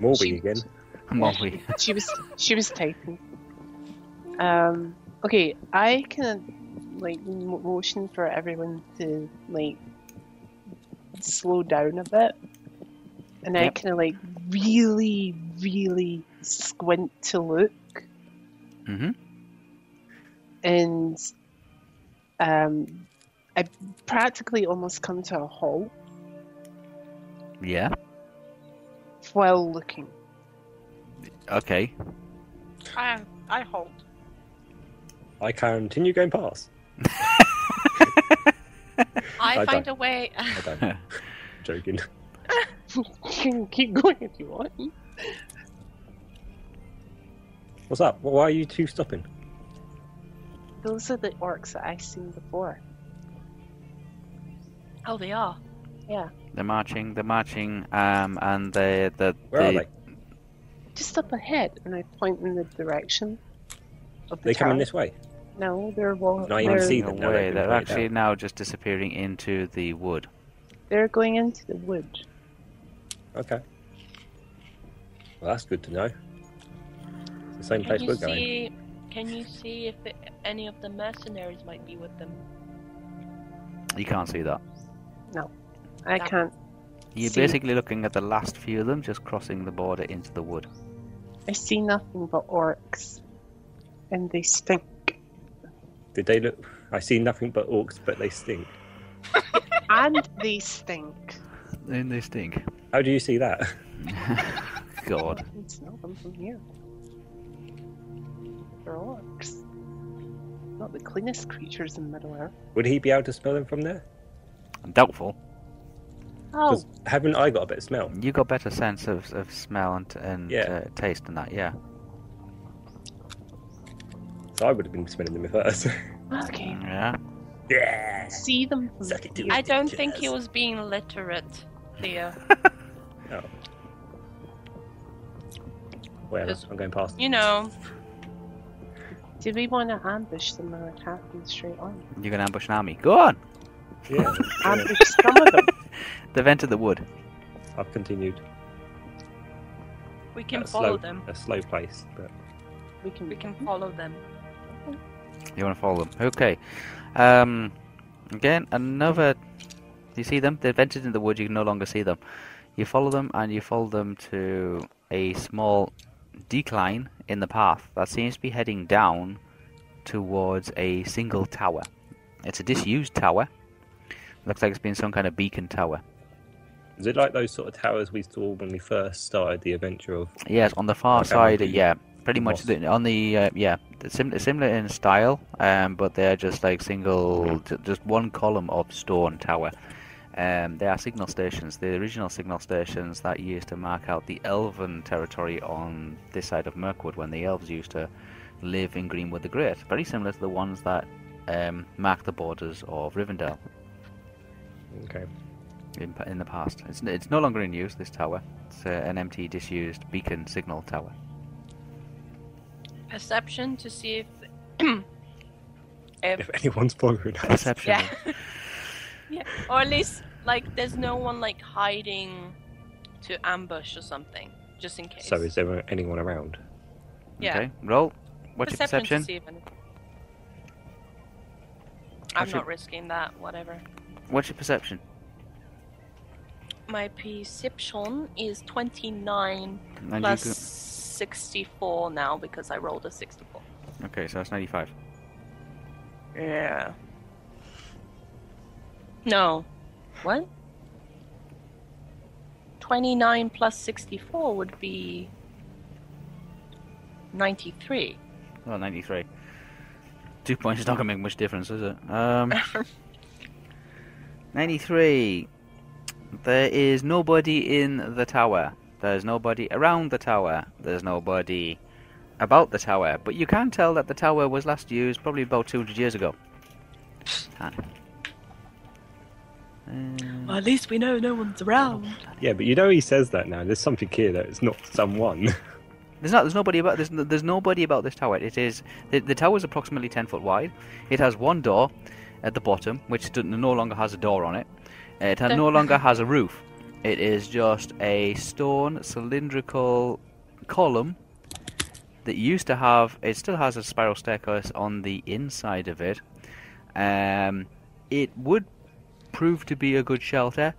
Morby again.
Molly.
she was she was typing. Um. Okay, I can like mo- motion for everyone to like slow down a bit, and I
Yep.
kind of like really, really squint to look.
hmm
and um, I practically almost come to a halt
Yeah.
while looking.
Okay.
I I hold.
I continue going past.
I,
I
find a way.
I don't. Joking.
you can keep going if you want.
What's up? Why are you two stopping?
Those are the orcs that I've seen before.
oh, they are.
They're marching. They're marching. Um, and they the
Where are
the-
they?
just up ahead, and I point in the direction of the
They're coming
tower.
this way.
No, they're wa-
Not even
they're,
see them. now
Away.
they've been
They're
played
actually
out.
now just disappearing into the wood.
they're going into the wood.
Okay. Well, that's good to know. It's the same
Can
place
you
we're going.
see? Can you see if it, any of the mercenaries might be with them?
You can't see that.
I
That-
can't.
You're
See.
basically looking at the last few of them just crossing the border into the wood.
I see nothing but orcs, and they stink.
Did they look? I see nothing but orcs, but they stink.
and they stink.
And they stink.
How do you see that?
God.
I can smell them from here. They're orcs. Not the cleanest creatures in Middle Earth.
Would he be able to smell them from there?
Doubtful.
Oh.
'Cause haven't I got a better smell?
You got better sense of, of smell and, and
Yeah.
uh, taste and that, yeah.
So I would have been smelling them first.
okay.
Yeah.
yeah.
See them from
Suck it to
here.
I don't think he
Yes.
was being literate, Theo.
Whatever.
Just-
I'm going past.
You know,
Do we want to ambush them or attack them straight on?
You're going to ambush an army. Go on!
Yeah. yeah.
Ambush some of them.
They've entered the wood.
I've continued.
we can
That's
follow
slow.
them.
A slow place, but
We can.
We can follow them.
You want to follow them. Okay. Um, again, another. You see them? They've entered into the wood. You can no longer see them. You follow them, and you follow them to a small decline in the path that seems to be heading down towards a single tower. It's a disused tower. Looks like it's been some kind of beacon tower.
is it like those sort of towers we saw when we first started the adventure of?
Yes, on the far
Like how
side,
the-
yeah, pretty much
mosque.
the, on the uh, yeah, the sim- similar in style, um, but they're just like single, ju- just one column of stone tower. Um, they are signal stations, the original signal stations that used to mark out the elven territory on this side of Mirkwood when the elves used to live in Greenwood the Great. Very similar to the ones that um, mark the borders of Rivendell
Okay.
in, pa- in the past. It's, n- it's no longer in use, this tower. It's uh, an empty, disused beacon signal tower.
Perception to see if, if
If anyone's bothering us.
Perception.
yeah, yeah, or at least like there's no one like hiding to ambush or something, just in case.
So is there anyone around?
Yeah.
Okay, roll. What's
perception?
your
To
perception?
see if any- I'm
Actually-
not risking that. Whatever.
What's your perception?
My perception is 29
And
plus 64 now because I rolled a 64.
go- Okay, so that's 95.
Yeah. No. What? 29 plus 64 would be 93.
Oh, 93. Two points is not going to make much difference, is it? Um, 93. There is nobody in the tower. There's nobody around the tower. There's nobody about the tower. But you can tell that the tower was last used probably about 200 years ago. Ah. Um,
at least we know no one's around.
Yeah, but you know he says that now. There's something here that it's not someone.
There's not. There's nobody about. There's, n- there's nobody about this tower. It is. The, the tower is approximately ten foot wide. It has one door at the bottom, which d- no longer has a door on it. Uh, It ha- no longer has a roof. It is just a stone cylindrical column that used to have. It still has a spiral staircase on the inside of it. Um, it would prove to be a good shelter,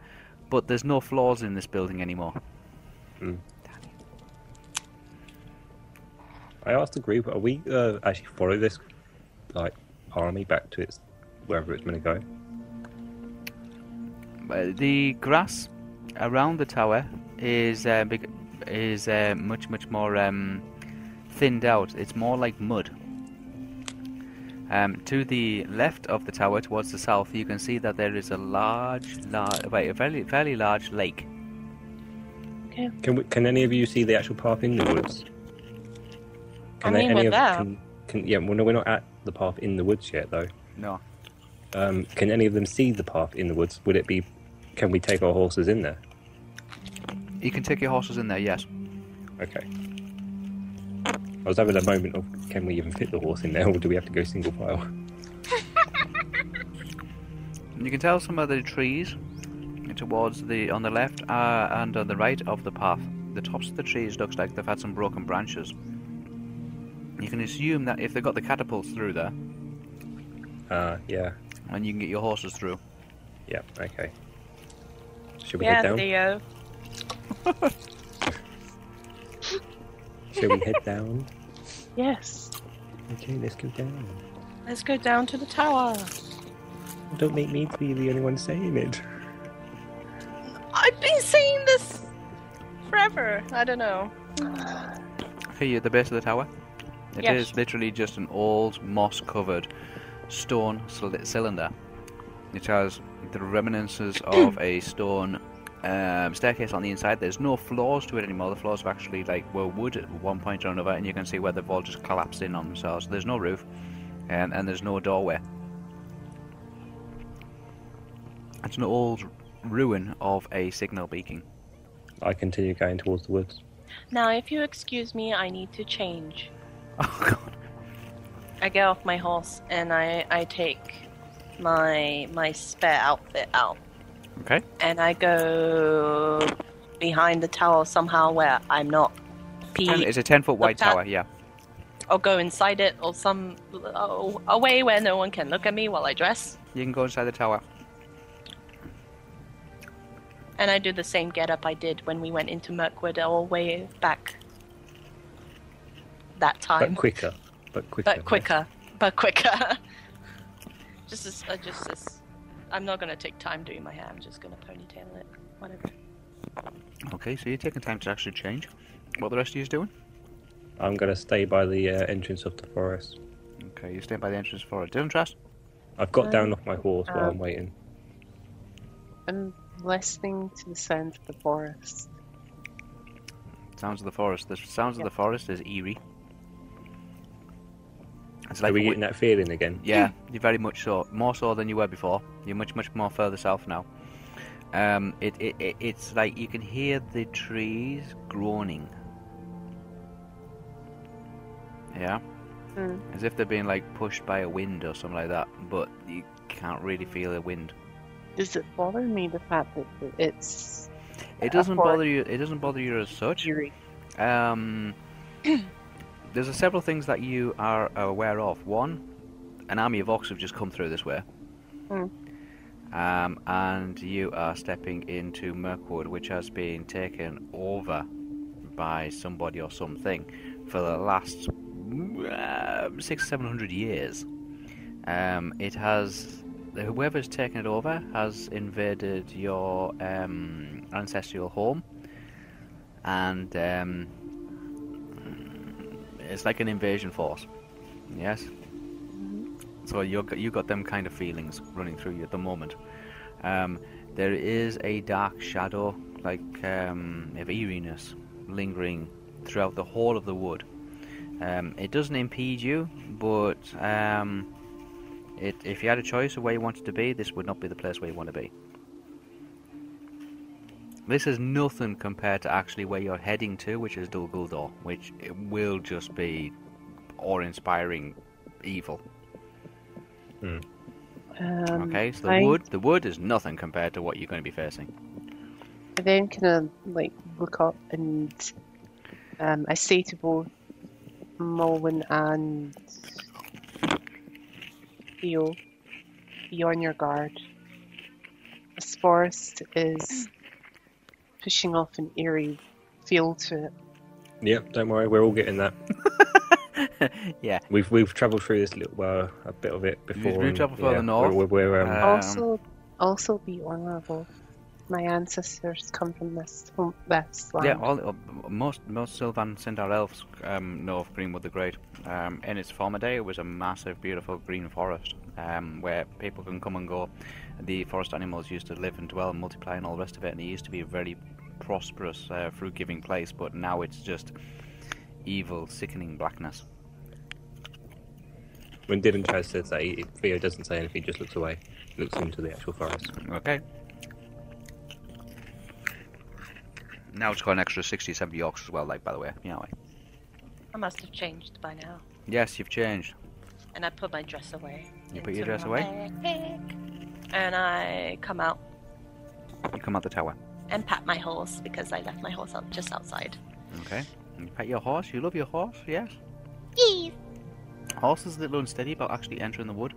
but there's no floors in this building anymore.
I asked the group, are we uh, actually follow this like army back to its wherever it's going to go?
Uh, the grass around the tower is uh, big, is uh, much much more um, thinned out. It's more like mud. Um, to the left of the tower, towards the south, you can see that there is a large, large, wait, a fairly, fairly large lake.
Can we, can any of you see the actual path in the woods?
I mean, we're there.
Can, can, yeah, well, no, we're not at the path in the woods yet though.
No,
Um, can any of them see the path in the woods? Would it be? Can we take our horses in there?
you can take your horses in there. Yes,
Okay. I was having a moment of can we even fit the horse in there, or do we have to go single file?
You can tell some of the trees towards the on the left uh, and on the right of the path. The tops of the trees looks like they've had some broken branches. You can assume that if they got the catapults through there,
Uh, yeah,
and you can get your horses through.
yeah, okay. Should we
Yeah,
head down?
Theo.
Shall we head down?
Yes.
Okay, let's go down.
Let's go down to the tower.
Don't make me be the only one saying it.
I've been saying this forever. I don't know.
Here at the base of the tower, it is
Yes.
literally just an old moss-covered stone cyl- cylinder. It has the reminiscences of a stone um, staircase on the inside. There's no floors to it anymore. The floors have actually like were wood at one point or another, and you can see where they've all just collapsed in on themselves. There's no roof, and and there's no doorway. It's an old ruin of a signal beacon.
I continue going towards the woods.
Now, if you excuse me, I need to change.
Oh god.
I get off my horse and I, I take my my spare outfit out
Okay.
and I go behind the tower somehow where I'm not
And
peeing.
it's a ten foot wide
Look that-
tower. Yeah.
I'll go inside it or some oh, away where no one can look at me while I dress.
You can go inside the tower.
And I do the same getup I did when we went into Mirkwood all way back that time.
But quicker. But quicker.
but quicker, but quicker. just as, uh, just as, I'm not gonna take time doing my hair. I'm just gonna ponytail it, whatever.
Okay, so you're taking time to actually change. What the rest of you is doing?
I'm going to stay by the uh, entrance of the forest.
Okay, you're staying by the entrance for a Dylan Trust.
I've got
Um,
down off my horse while I'm
um,
waiting.
I'm listening to the sound of the forest.
Sounds of the forest. The sounds of the forest is eerie. It's
Are
like
we
a wi-
getting that feeling again?
yeah, you're very much so, more so than you were before. You're much, much more further south now. Um, it, it, it it's like you can hear the trees groaning. Yeah,
Mm.
as if they're being like pushed by a wind or something like that, but you can't really feel the wind.
Does it bother me the fact that that it's
It
Uh,
doesn't
for-
bother you. It doesn't bother you as such.
eerie?
Um, there's a several things that you are aware of. One, an army of orcs have just come through this way.
Hmm.
Um, and you are stepping into Mirkwood, which has been taken over by somebody or something for the last um, six, seven hundred years. Um, it has whoever's taken it over has invaded your um, ancestral home, and um, it's like an invasion force. Yes. So you you got them kind of feelings running through you at the moment. Um, there is a dark shadow, like um, of eeriness, lingering throughout the whole of the wood. Um, it doesn't impede you, but um, it, if you had a choice of where you wanted to be, this would not be the place where you want to be. This is nothing compared to actually where you're heading to, which is Dol Guldur, which it will just be awe-inspiring evil.
Um,
Okay, so the
I-
wood, the wood is nothing compared to what you're going to be facing.
I then kind of like look up and um, I say to both Mulwin and Theo, be on your guard. This forest is pushing off an eerie feel to it.
Yep, don't worry, we're all getting that.
yeah,
We've we've travelled through this little well, a bit of it before.
we've
and,
travelled further
yeah,
north.
We're, we're, um,
Uh, Um,
also, also be honourable. My ancestors come from this home, this land.
yeah. All, uh, most most Sylvan Sindar elves um, know of Greenwood the Great. Um, in its former day, it was a massive, beautiful green forest um, where people can come and go. The forest animals used to live and dwell and multiply and all the rest of it, and it used to be a very prosperous, uh, fruit-giving place. But now it's just evil, sickening blackness.
when Dylan tries to say, it, Theo doesn't say anything, just looks away, looks into the actual forest.
Okay. Now it's got an extra 60, 70 orcs as well, like, by the way. You know, like.
I must have changed by now.
Yes, you've changed.
And I put my dress away.
You put your
into
dress
my
away?
bag, And I come out
You come out the tower.
and pat my horse because I left my horse out just outside.
Okay. And you pet your horse. You love your horse, yes? Yes. Horse is a little unsteady about actually entering the wood.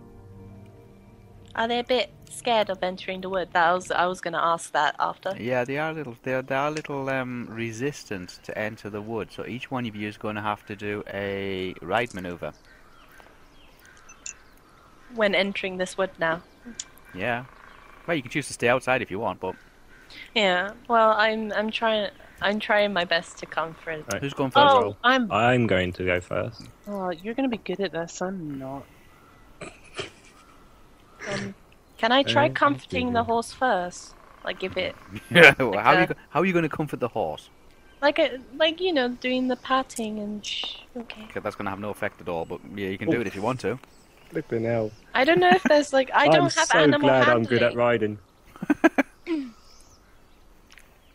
Are they a bit scared of entering the wood? That was I was going to ask that after.
Yeah, they are little. They are, they are little um, resistant to enter the wood. So each one of you is going to have to do a ride maneuver.
When entering this wood now.
Yeah. Well, you can choose to stay outside if you want, but
Yeah. Well, I'm I'm trying I'm trying my best to comfort.
Right.
who's going first?
Oh, I'm.
I'm going to go first.
Oh, you're gonna be good at this. I'm not.
Um, can I try
Uh,
comforting the
mhm.
horse first? Like give it
Yeah, well, how are you
Okay.
go- how are you going to comfort the horse?
like a, like you know doing the patting and shh. Okay.
'Cause that's going to have no effect at all. But yeah, you can do it if you want to.
Flipping hell.
I don't know if there's like I don't
am
have
so
animal
glad
handling.
I'm good at riding.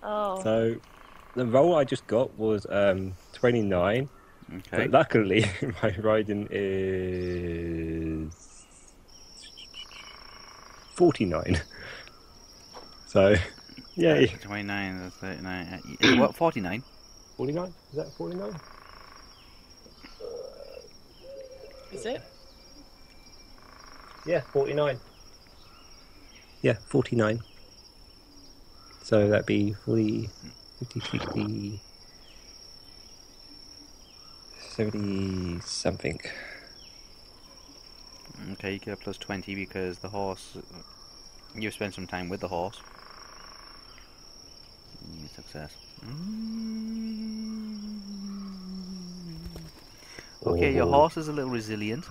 Oh.
So, the roll I just got was um, 29.
Okay.
But luckily, my riding is 49. So, yay.
Twenty-nine. That's thirty-nine. uh, y- what? Forty-nine.
49? Is that 49?
Is it?
Yeah, 49. Yeah, 49. So that'd be 40, 50, 60, 70 something.
Okay, you get a plus twenty because the horse. You spend some time with the horse. Mm, Success. Mm. Okay, your
Ooh.
horse is a little resilient.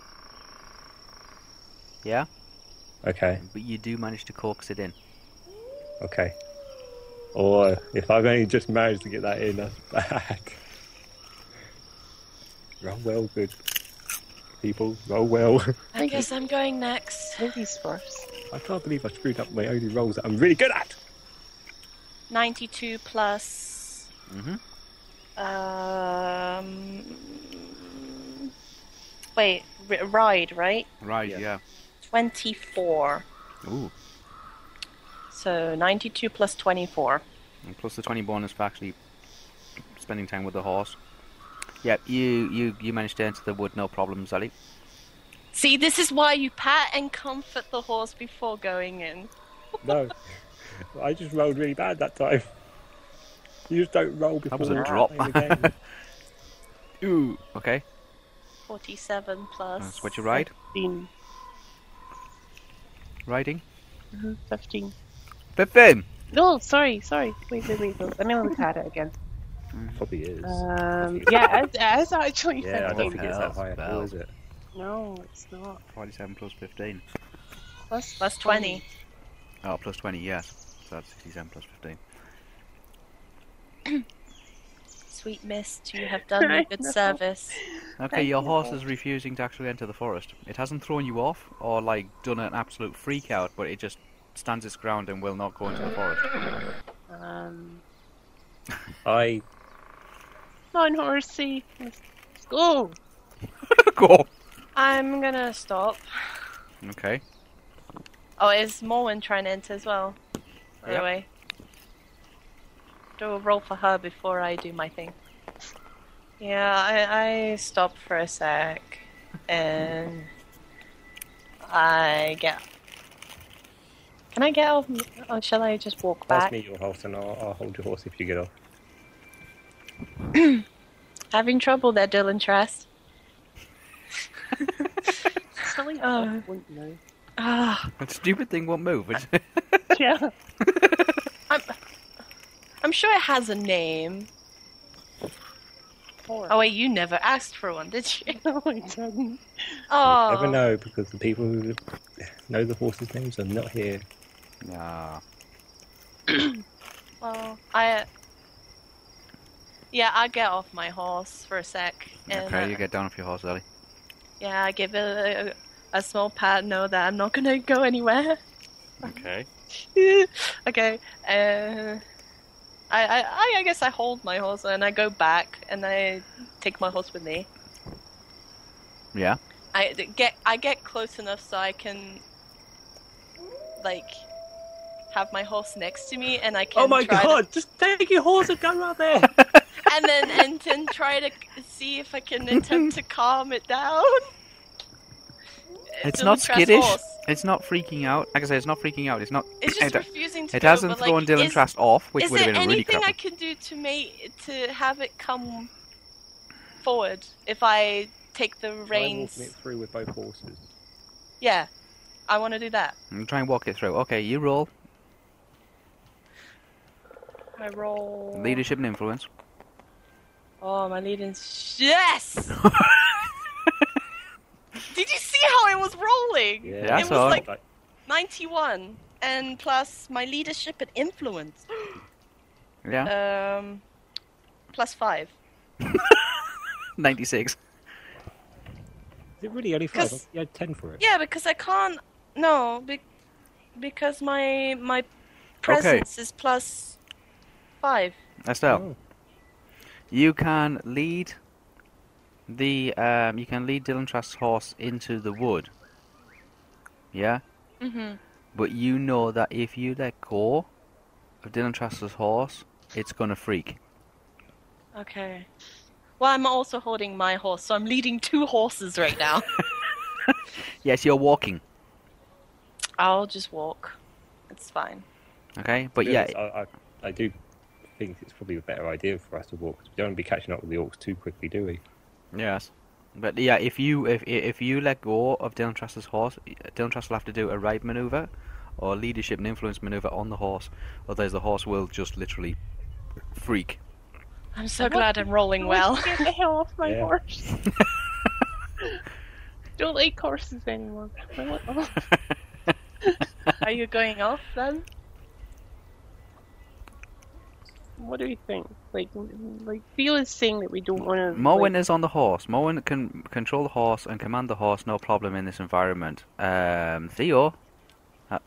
Yeah,
Okay,
but you do manage to coax it in.
okay. Or if I've only just managed to get that in, that's bad. Roll well, good people. Roll well.
I guess I'm going next.
Ladies first.
I can't believe I screwed up my only rolls that I'm really good at.
92 plus
Mm-hmm.
Mhm.
um wait r- ride right
Right.
Yeah.
24
Ooh.
so 92 plus 24
And plus the 20 bonus for actually spending time with the horse. Yep, you you, you managed to enter the wood, no problem, Sally.
see this is why you pat and comfort the horse before going in
No, I just rolled really bad that time. You just don't roll before.
That was a
you
drop.
play the game.
Ooh. Okay,
47
uh,
plus
switch your ride.
15.
Riding.
Mhm, 15.
Fifteen.
No, sorry, sorry. Wait, wait, wait. wait. Let me look at it again.
Probably is.
Uh,
Um, yeah, it, it is actually
yeah, I
15.
don't think it's that
Hell's
high at all,
bell.
is it?
No, it's not.
47 plus 15.
Plus,
plus 20
Oh, plus 20, yes. So that's 67 plus 15.
sweet mist you have done me
I
good
know.
service
Okay, your horse is refusing to actually enter the forest. It hasn't thrown you off or, like, done an absolute freak out, but it just stands its ground and will not go into the forest.
Um,
I
non horsey. Let's let's go.
go!
i'm gonna stop
Okay.
oh is morwen trying to enter as well by
Yep.
the way do a roll for her before i do my thing
Yeah, I, I stop for a sec and I get. Can I get off? Or shall I just walk
pass
back?
me your horse and I'll, I'll hold your horse if you get off.
Having trouble there, Dylan Tress.
Silly
Oh.
won't know.
Ah,
That stupid thing won't move. It's-
Yeah.
I'm sure it has a name.
Four.
Oh wait, you never asked for one, did you?
no, I didn't.
You never
Oh,
know because the people who know the horses' names are not here.
nah.
well, I. Yeah, I get off my horse for a sec, and
Okay, you
uh,
get down off your horse, Ellie.
yeah, I give it a, a, a small pat, know that I'm not gonna go anywhere.
Okay.
okay, uh, I, I, I- I guess I hold my horse and I go back and I take my horse with me.
Yeah.
I d- get I get close enough so I can like have my horse next to me and I can
Oh my
try to-
god! Just take your horse and go out there.
and then and then try to see if I can attempt to calm it down.
It's
To
not
the Trask
skittish.
horse.
It's not freaking out. Like I say, it's not freaking out. It's not.
It's
it,
just refusing to
it
go,
hasn't
but, like,
thrown Dylan
is,
Trask off, which
is
would have
there
been really
anything
crappy.
I can do to make to have it come forward if I take the reins?
I'm walking it through with both horses.
Yeah, I want to do that.
I'm trying to walk it through. Okay, you roll
I roll.
leadership and influence.
Oh, my leading. Yes. Did you see how I was rolling?
Yeah,
that's
It was all right.
Like,
91 and plus my leadership and influence.
Yeah,
Um plus 5.
96.
is it really only five?
Cause-
You had ten for it.
Yeah, because I can't no, be, because my my presence is plus 5.
Estelle,
Oh.
you can lead the um, you can lead Dylan Trask's horse into the wood. Yeah,
Mhm.
but you know that if you let go of Dylan Trask's horse, it's gonna freak.
Okay. Well, I'm also holding my horse, so I'm leading two horses right now.
Yes, you're walking.
I'll just walk. It's fine.
Okay, but
To be
yeah,
honest, I, I, I do think it's probably a better idea for us to walk. 'cause we don't want to be catching up with the orcs too quickly, do we?
Yes, but yeah, if you if if you let go of Dylan Trask's horse, Dylan Trask will have to do a ride maneuver, or leadership and influence maneuver on the horse. Otherwise, the horse will just literally freak.
I'm so glad I'm rolling well.
Get the hell off my
Yeah.
horse. Don't like horses anymore. I want them.
Are you going off then?
What do we think? Like, like Theo is saying that we don't want to.
Morwen
like,
is on the horse. Morwen can control the horse and command the horse, no problem in this environment. Um, Theo ha-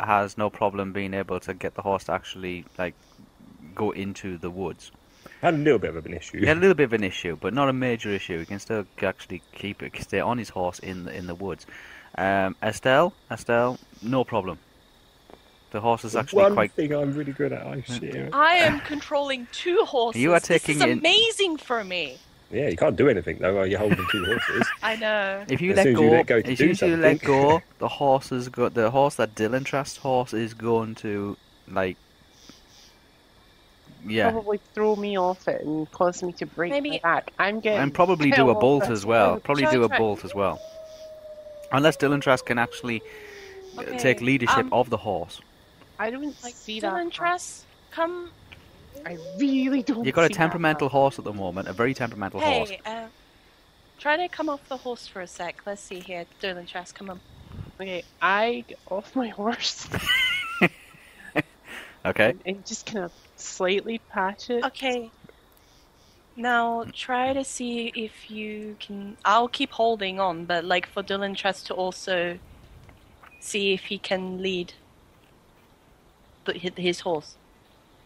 has no problem being able to get the horse to actually like go into the woods.
Had a little bit of an issue.
He had a little bit of an issue, but not a major issue. He can still actually keep it, stay on his horse in the, in the woods. Um, Estelle, Estelle, no problem. The horse is
The
actually
one
quite.
thing I'm really good at. I share.
I am controlling two horses.
You are
this
taking
is
in-
amazing for me.
Yeah, you can't do anything though while you're holding two horses.
I know.
If you
As
let
soon as
go,
you let go to
as
do
soon as you let
something.
go, the horse is go- the horse that Dylan trusts horse is going to like. Yeah,
Probably throw me off it and cause me to break
Maybe-
my back. I'm getting.
and probably do a
terrible
bolt
at
as well.
it.
Probably
Shall I
do a
try-
bolt as well, unless Dylan Trask can actually uh, take
Okay,
leadership
um,
of the horse.
I don't
Like
see
Dylan
that.
Truss, come.
I really don't.
You've got a
see that
temperamental
happening.
horse at the moment, a very temperamental horse.
Hey, uh, try to come off the horse for a sec. Let's see here, Dylan Truss, come on.
Okay, I get off my horse
Okay.
and, and just kind of slightly pat it.
Okay. Now try to see if you can. I'll keep holding on, but like for Dylan Truss to also see if he can lead the- hi- his horse.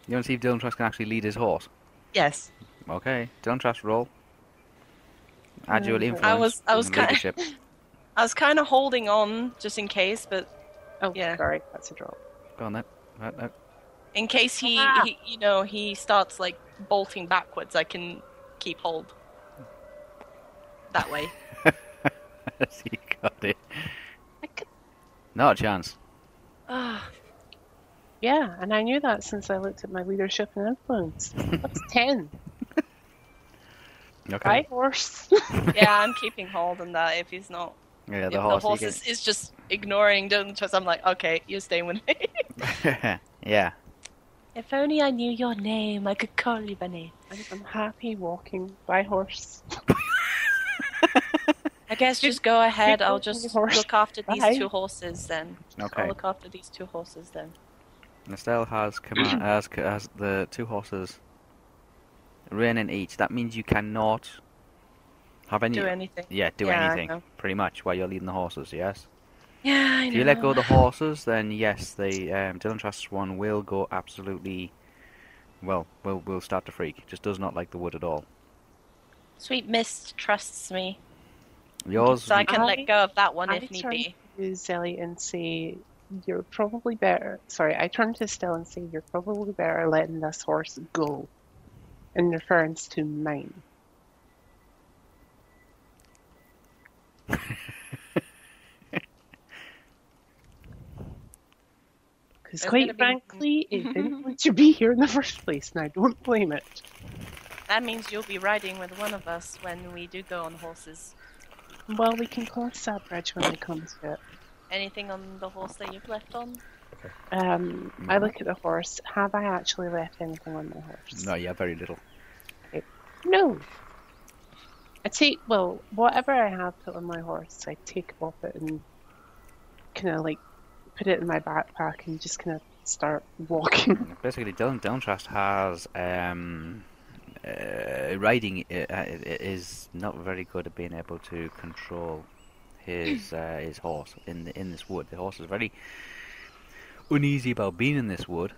You want to see if Dylan Trask can actually lead his horse?
Yes.
Okay. Dylan Trask, roll. Add your
Mm, I
influence.
was- I was
and
kinda-
leadership.
I was kind of holding on just in case, but
Oh,
Yeah.
sorry, that's a drop.
Go on then. Right, no.
in case he,
Ah.
he you know, he starts like bolting backwards, I can keep hold. That way.
So you got it.
I could-
Not a chance.
Ah,
Yeah, and I knew that since I looked at my leadership and influence. That's ten.
Okay.
Right horse.
yeah, I'm keeping hold on that. If he's not,
Yeah,
if
the horse. you
is, is just ignoring Dylan Trust, I'm like, okay, you're staying with me.
can- yeah.
If only I knew your name, I could call you by name.
I'm- I'm happy walking by horse.
I guess just go ahead.
good
I'll
looking
just
horse.
look after these
Bye.
two horses then. I'll
Okay.
look after these two horses then.
Estelle has command has, has the two horses. Rein in each. That means you cannot have any.
Do anything.
yeah, do
Yeah, I
anything
know.
pretty much while you're leading the horses. Yes.
Yeah, I know.
If you let go of the horses, then yes, the um, Dylan Trust's one will go absolutely well, we'll we'll start to freak. Just does not like the wood at all.
Sweet Mist trusts me,
Yours,
so I can
I-
let go of that one
I
if need
turn-
be.
to Zelly and say, You're probably better. Sorry, I turn to Still and say, You're probably better letting this horse go. In reference to mine. Because,
There's
quite
gonna be-
frankly, it didn't want to be here in the first place, and I don't blame it.
That means you'll be riding with one of us when we do go on horses.
Well, we can cross that bridge when we come to it.
Anything on the horse that you've left on?
Um, I look at the horse. Have I actually left anything on the horse?
no, yeah, very little.
No. I take well, whatever I have put on my horse, I take off it and kind of like put it in my backpack and just kind of start walking.
Basically, Dylan Downtrust has um, uh, riding uh, uh, is not very good at being able to control his uh, his horse in the, in this wood. The horse is very uneasy about being in this wood,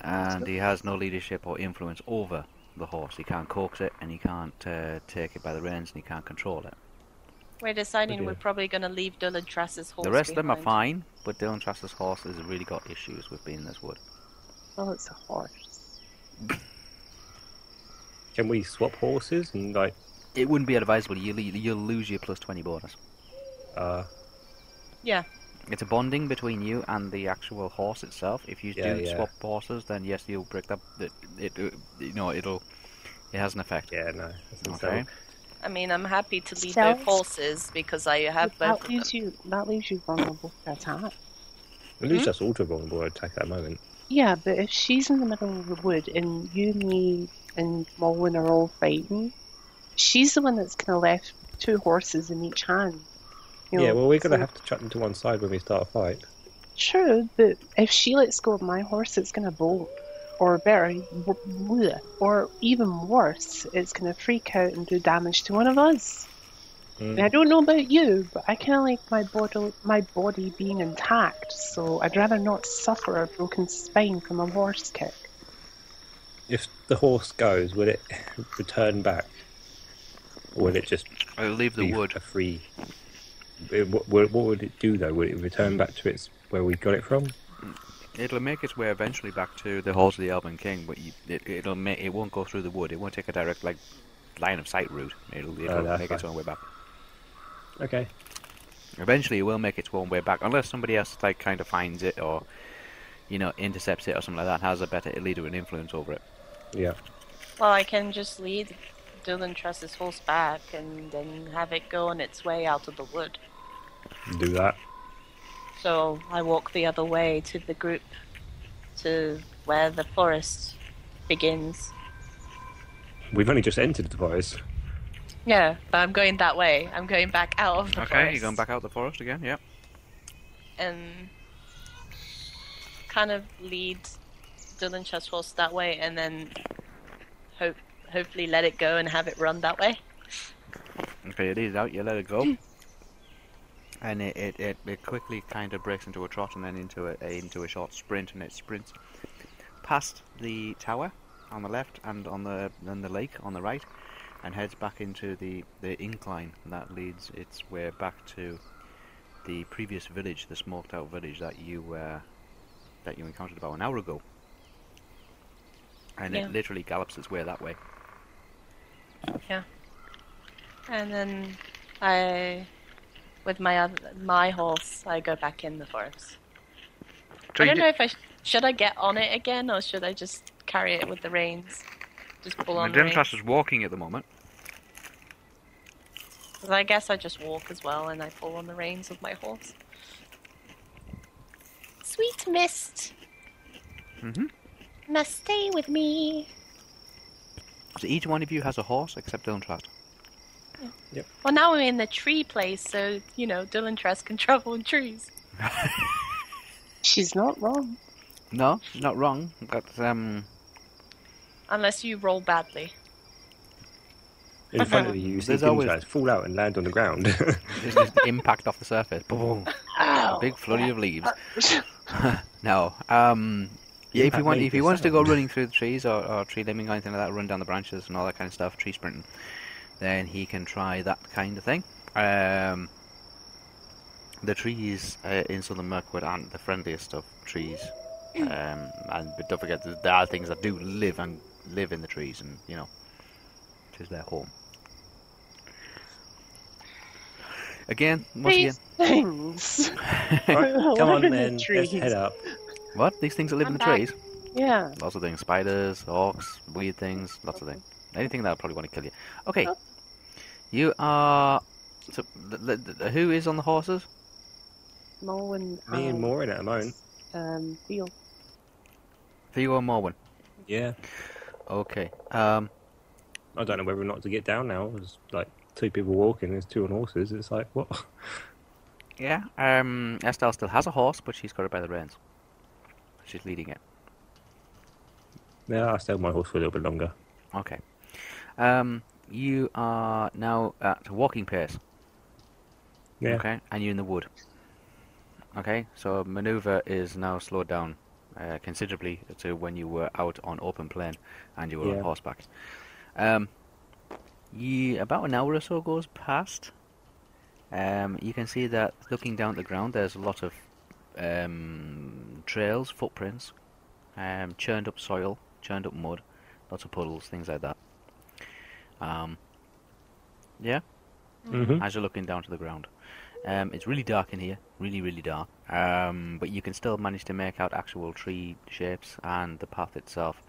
and he has no leadership or influence over the horse. He can't coax it, and he can't uh, take it by the reins, and he can't control it.
We're deciding
Okay.
we're probably going to leave Dylan Trass's horse.
the rest of them are
behind.
fine, but Dylan Trust's horse has really got issues with being in this wood.
well, Oh, it's a horse.
Can we swap horses and like
It wouldn't be advisable. You'll, you'll lose your plus twenty bonus.
uh
It's a bonding between you and the actual horse itself. If you
Yeah,
do
yeah.
swap horses, then yes, you'll break that. It, it, it, you know, it'll. It has an effect.
yeah no that's
Okay.
understandable.
I mean, I'm happy to leave
Stealth?
both horses because I have both
that
of them.
leaves you that leaves you vulnerable to attack.
at
Mm-hmm.
least that's ultra vulnerable attack at that moment
Yeah, but if she's in the middle of the wood and you, me, and Molwyn are all fighting, she's the one that's kind of left two horses in each hand. You
yeah
know,
well we're gonna
so-
have to chuck them to one side when we start a fight
True, but if she lets go of my horse, it's gonna bolt, or better, w- bleh, or even worse, it's gonna freak out and do damage to one of us.
Mm.
And I don't know about you, but I kind of like my body, my body being intact, so I'd rather not suffer a broken spine from a horse kick.
if the horse goes will it return back or will it just
I'll leave the
be
wood.
a free it- what, what what would it do though would it return back to its where we got it from
It'll make its way eventually back to the halls of the Elven King, but you, it, it'll make, it won't go through the wood. It won't take a direct like line of sight route. It'll, it'll
Oh, that's
make its
fine.
own way back.
okay
Eventually, it will make its own way back, unless somebody else like kind of finds it or, you know, intercepts it or something like that. Has a better leader and influence over it.
yeah
Well, I can just lead Dylan Truss's horse back and then have it go on its way out of the wood.
do that
So I walk the other way to the group to where the forest begins.
we've only just entered the forest
Yeah, but I'm going that way. I'm going back out of the
Okay,
forest.
you're going back out the forest again. Yep.
and kind of lead Dylan Chess horse that way, and then hope hopefully let it go and have it run that way.
Okay, it is out. You let it
Mm.
go, and it, it, it, it quickly kind of breaks into a trot and then into a, a into a short sprint, and it sprints past the tower on the left and on the and the lake on the right, and heads back into the the incline that leads its way back to the previous village, the smoked out village that you uh, that you encountered about an hour ago. And
Yeah.
it literally gallops its way that way.
And then I, with my other, my horse, I go back in the forest. I don't know if I sh- should I get on it again or should I just carry it with the reins, just pull on the reins.
is walking at the moment.
'Cause I guess I just walk as well and I pull on the reins of my horse. Sweet mist,
hmm
must stay with me.
So each one of you has a horse except Dylan Trust.
Well, now we're in the tree place, so you know Dylan Tress can travel in trees.
She's not wrong.
No, she's not wrong. But um,
Unless you roll badly.
in front of you you see
There's
things
always-
like fall out and land on the ground
there's just impact off the Oh. surface. Boom! A
Ow!
big flurry of leaves. no, um, Yeah, if
That
he, want,
made
if he
the
wants to go
sound.
running through the trees or, or tree limbing or anything like that, run down the branches and all that kind of stuff, tree sprinting, then he can try that kind of thing. Um, the trees uh, in southern Mirkwood aren't the friendliest of trees,
Mm.
um, and but don't forget that there are things that do live and live in the trees, and you know, it is their home. Again, once
These things.
again,
Right, come on
Live in the
then, let's
trees.
head up.
what these things that live in
I'm
the
back.
trees?
Yeah.
Lots of things. Spiders, orcs, weird things, lots of things. Anything that'll probably want to kill you. Okay.
Oh.
You are. So, th- th- th- who is on the horses?
Mulwyn.
Me
Oh.
and
um,
Maureen at the moment.
Um, Beale.
Theo and Morwen.
Yeah,
Okay. Um,
I don't know whether or not to get down now. There's like two people walking. There's two on horses. It's like what?
yeah. Um, Estelle still has a horse, but she's got it by the reins. She's leading it.
Yeah, I stayed my horse for a little bit longer.
Okay. Um, you are now at walking pace.
Yeah.
Okay, and you're in the wood. Okay, so maneuver is now slowed down uh, considerably to when you were out on open plain and you were
Yeah.
on horseback. Um, ye, about an hour or so goes past. Um, you can see that looking down at the ground, there's a lot of um, trails, footprints, um, churned up soil, churned up mud, lots of puddles, things like that. Um, yeah,
Mm-hmm.
as you're looking down to the ground. Um, it's really dark in here, really, really dark. Um, but you can still manage to make out actual tree shapes and the path itself,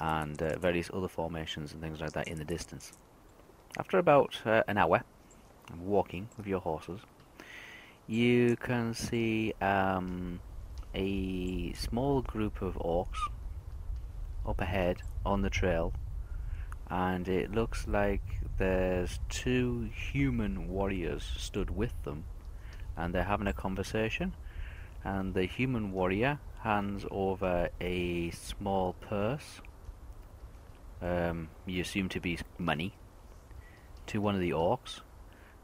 and uh, various other formations and things like that in the distance. After about uh, an hour of walking with your horses, you can see um, a small group of orcs up ahead on the trail and it looks like there's two human warriors stood with them and they're having a conversation and the human warrior hands over a small purse um, you assume to be money to one of the orcs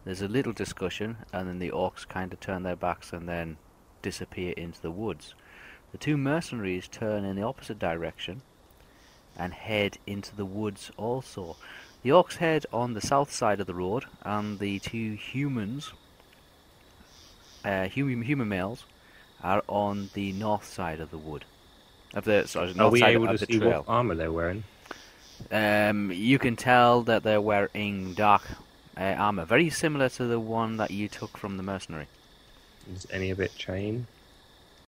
there's a little discussion and then the orcs kind of turn their backs and then disappear into the woods the two mercenaries turn in the opposite direction and head into the woods also. The orcs head on the south side of the road, and the two humans, uh, human, human males, are on the north side of the wood. Of the, sorry,
Are
north
we
side
able
of
to
the
see
trail.
what armor they're wearing?
Um, you can tell that they're wearing dark uh, armor, very similar to the one that you took from the mercenary.
Is any of it chain?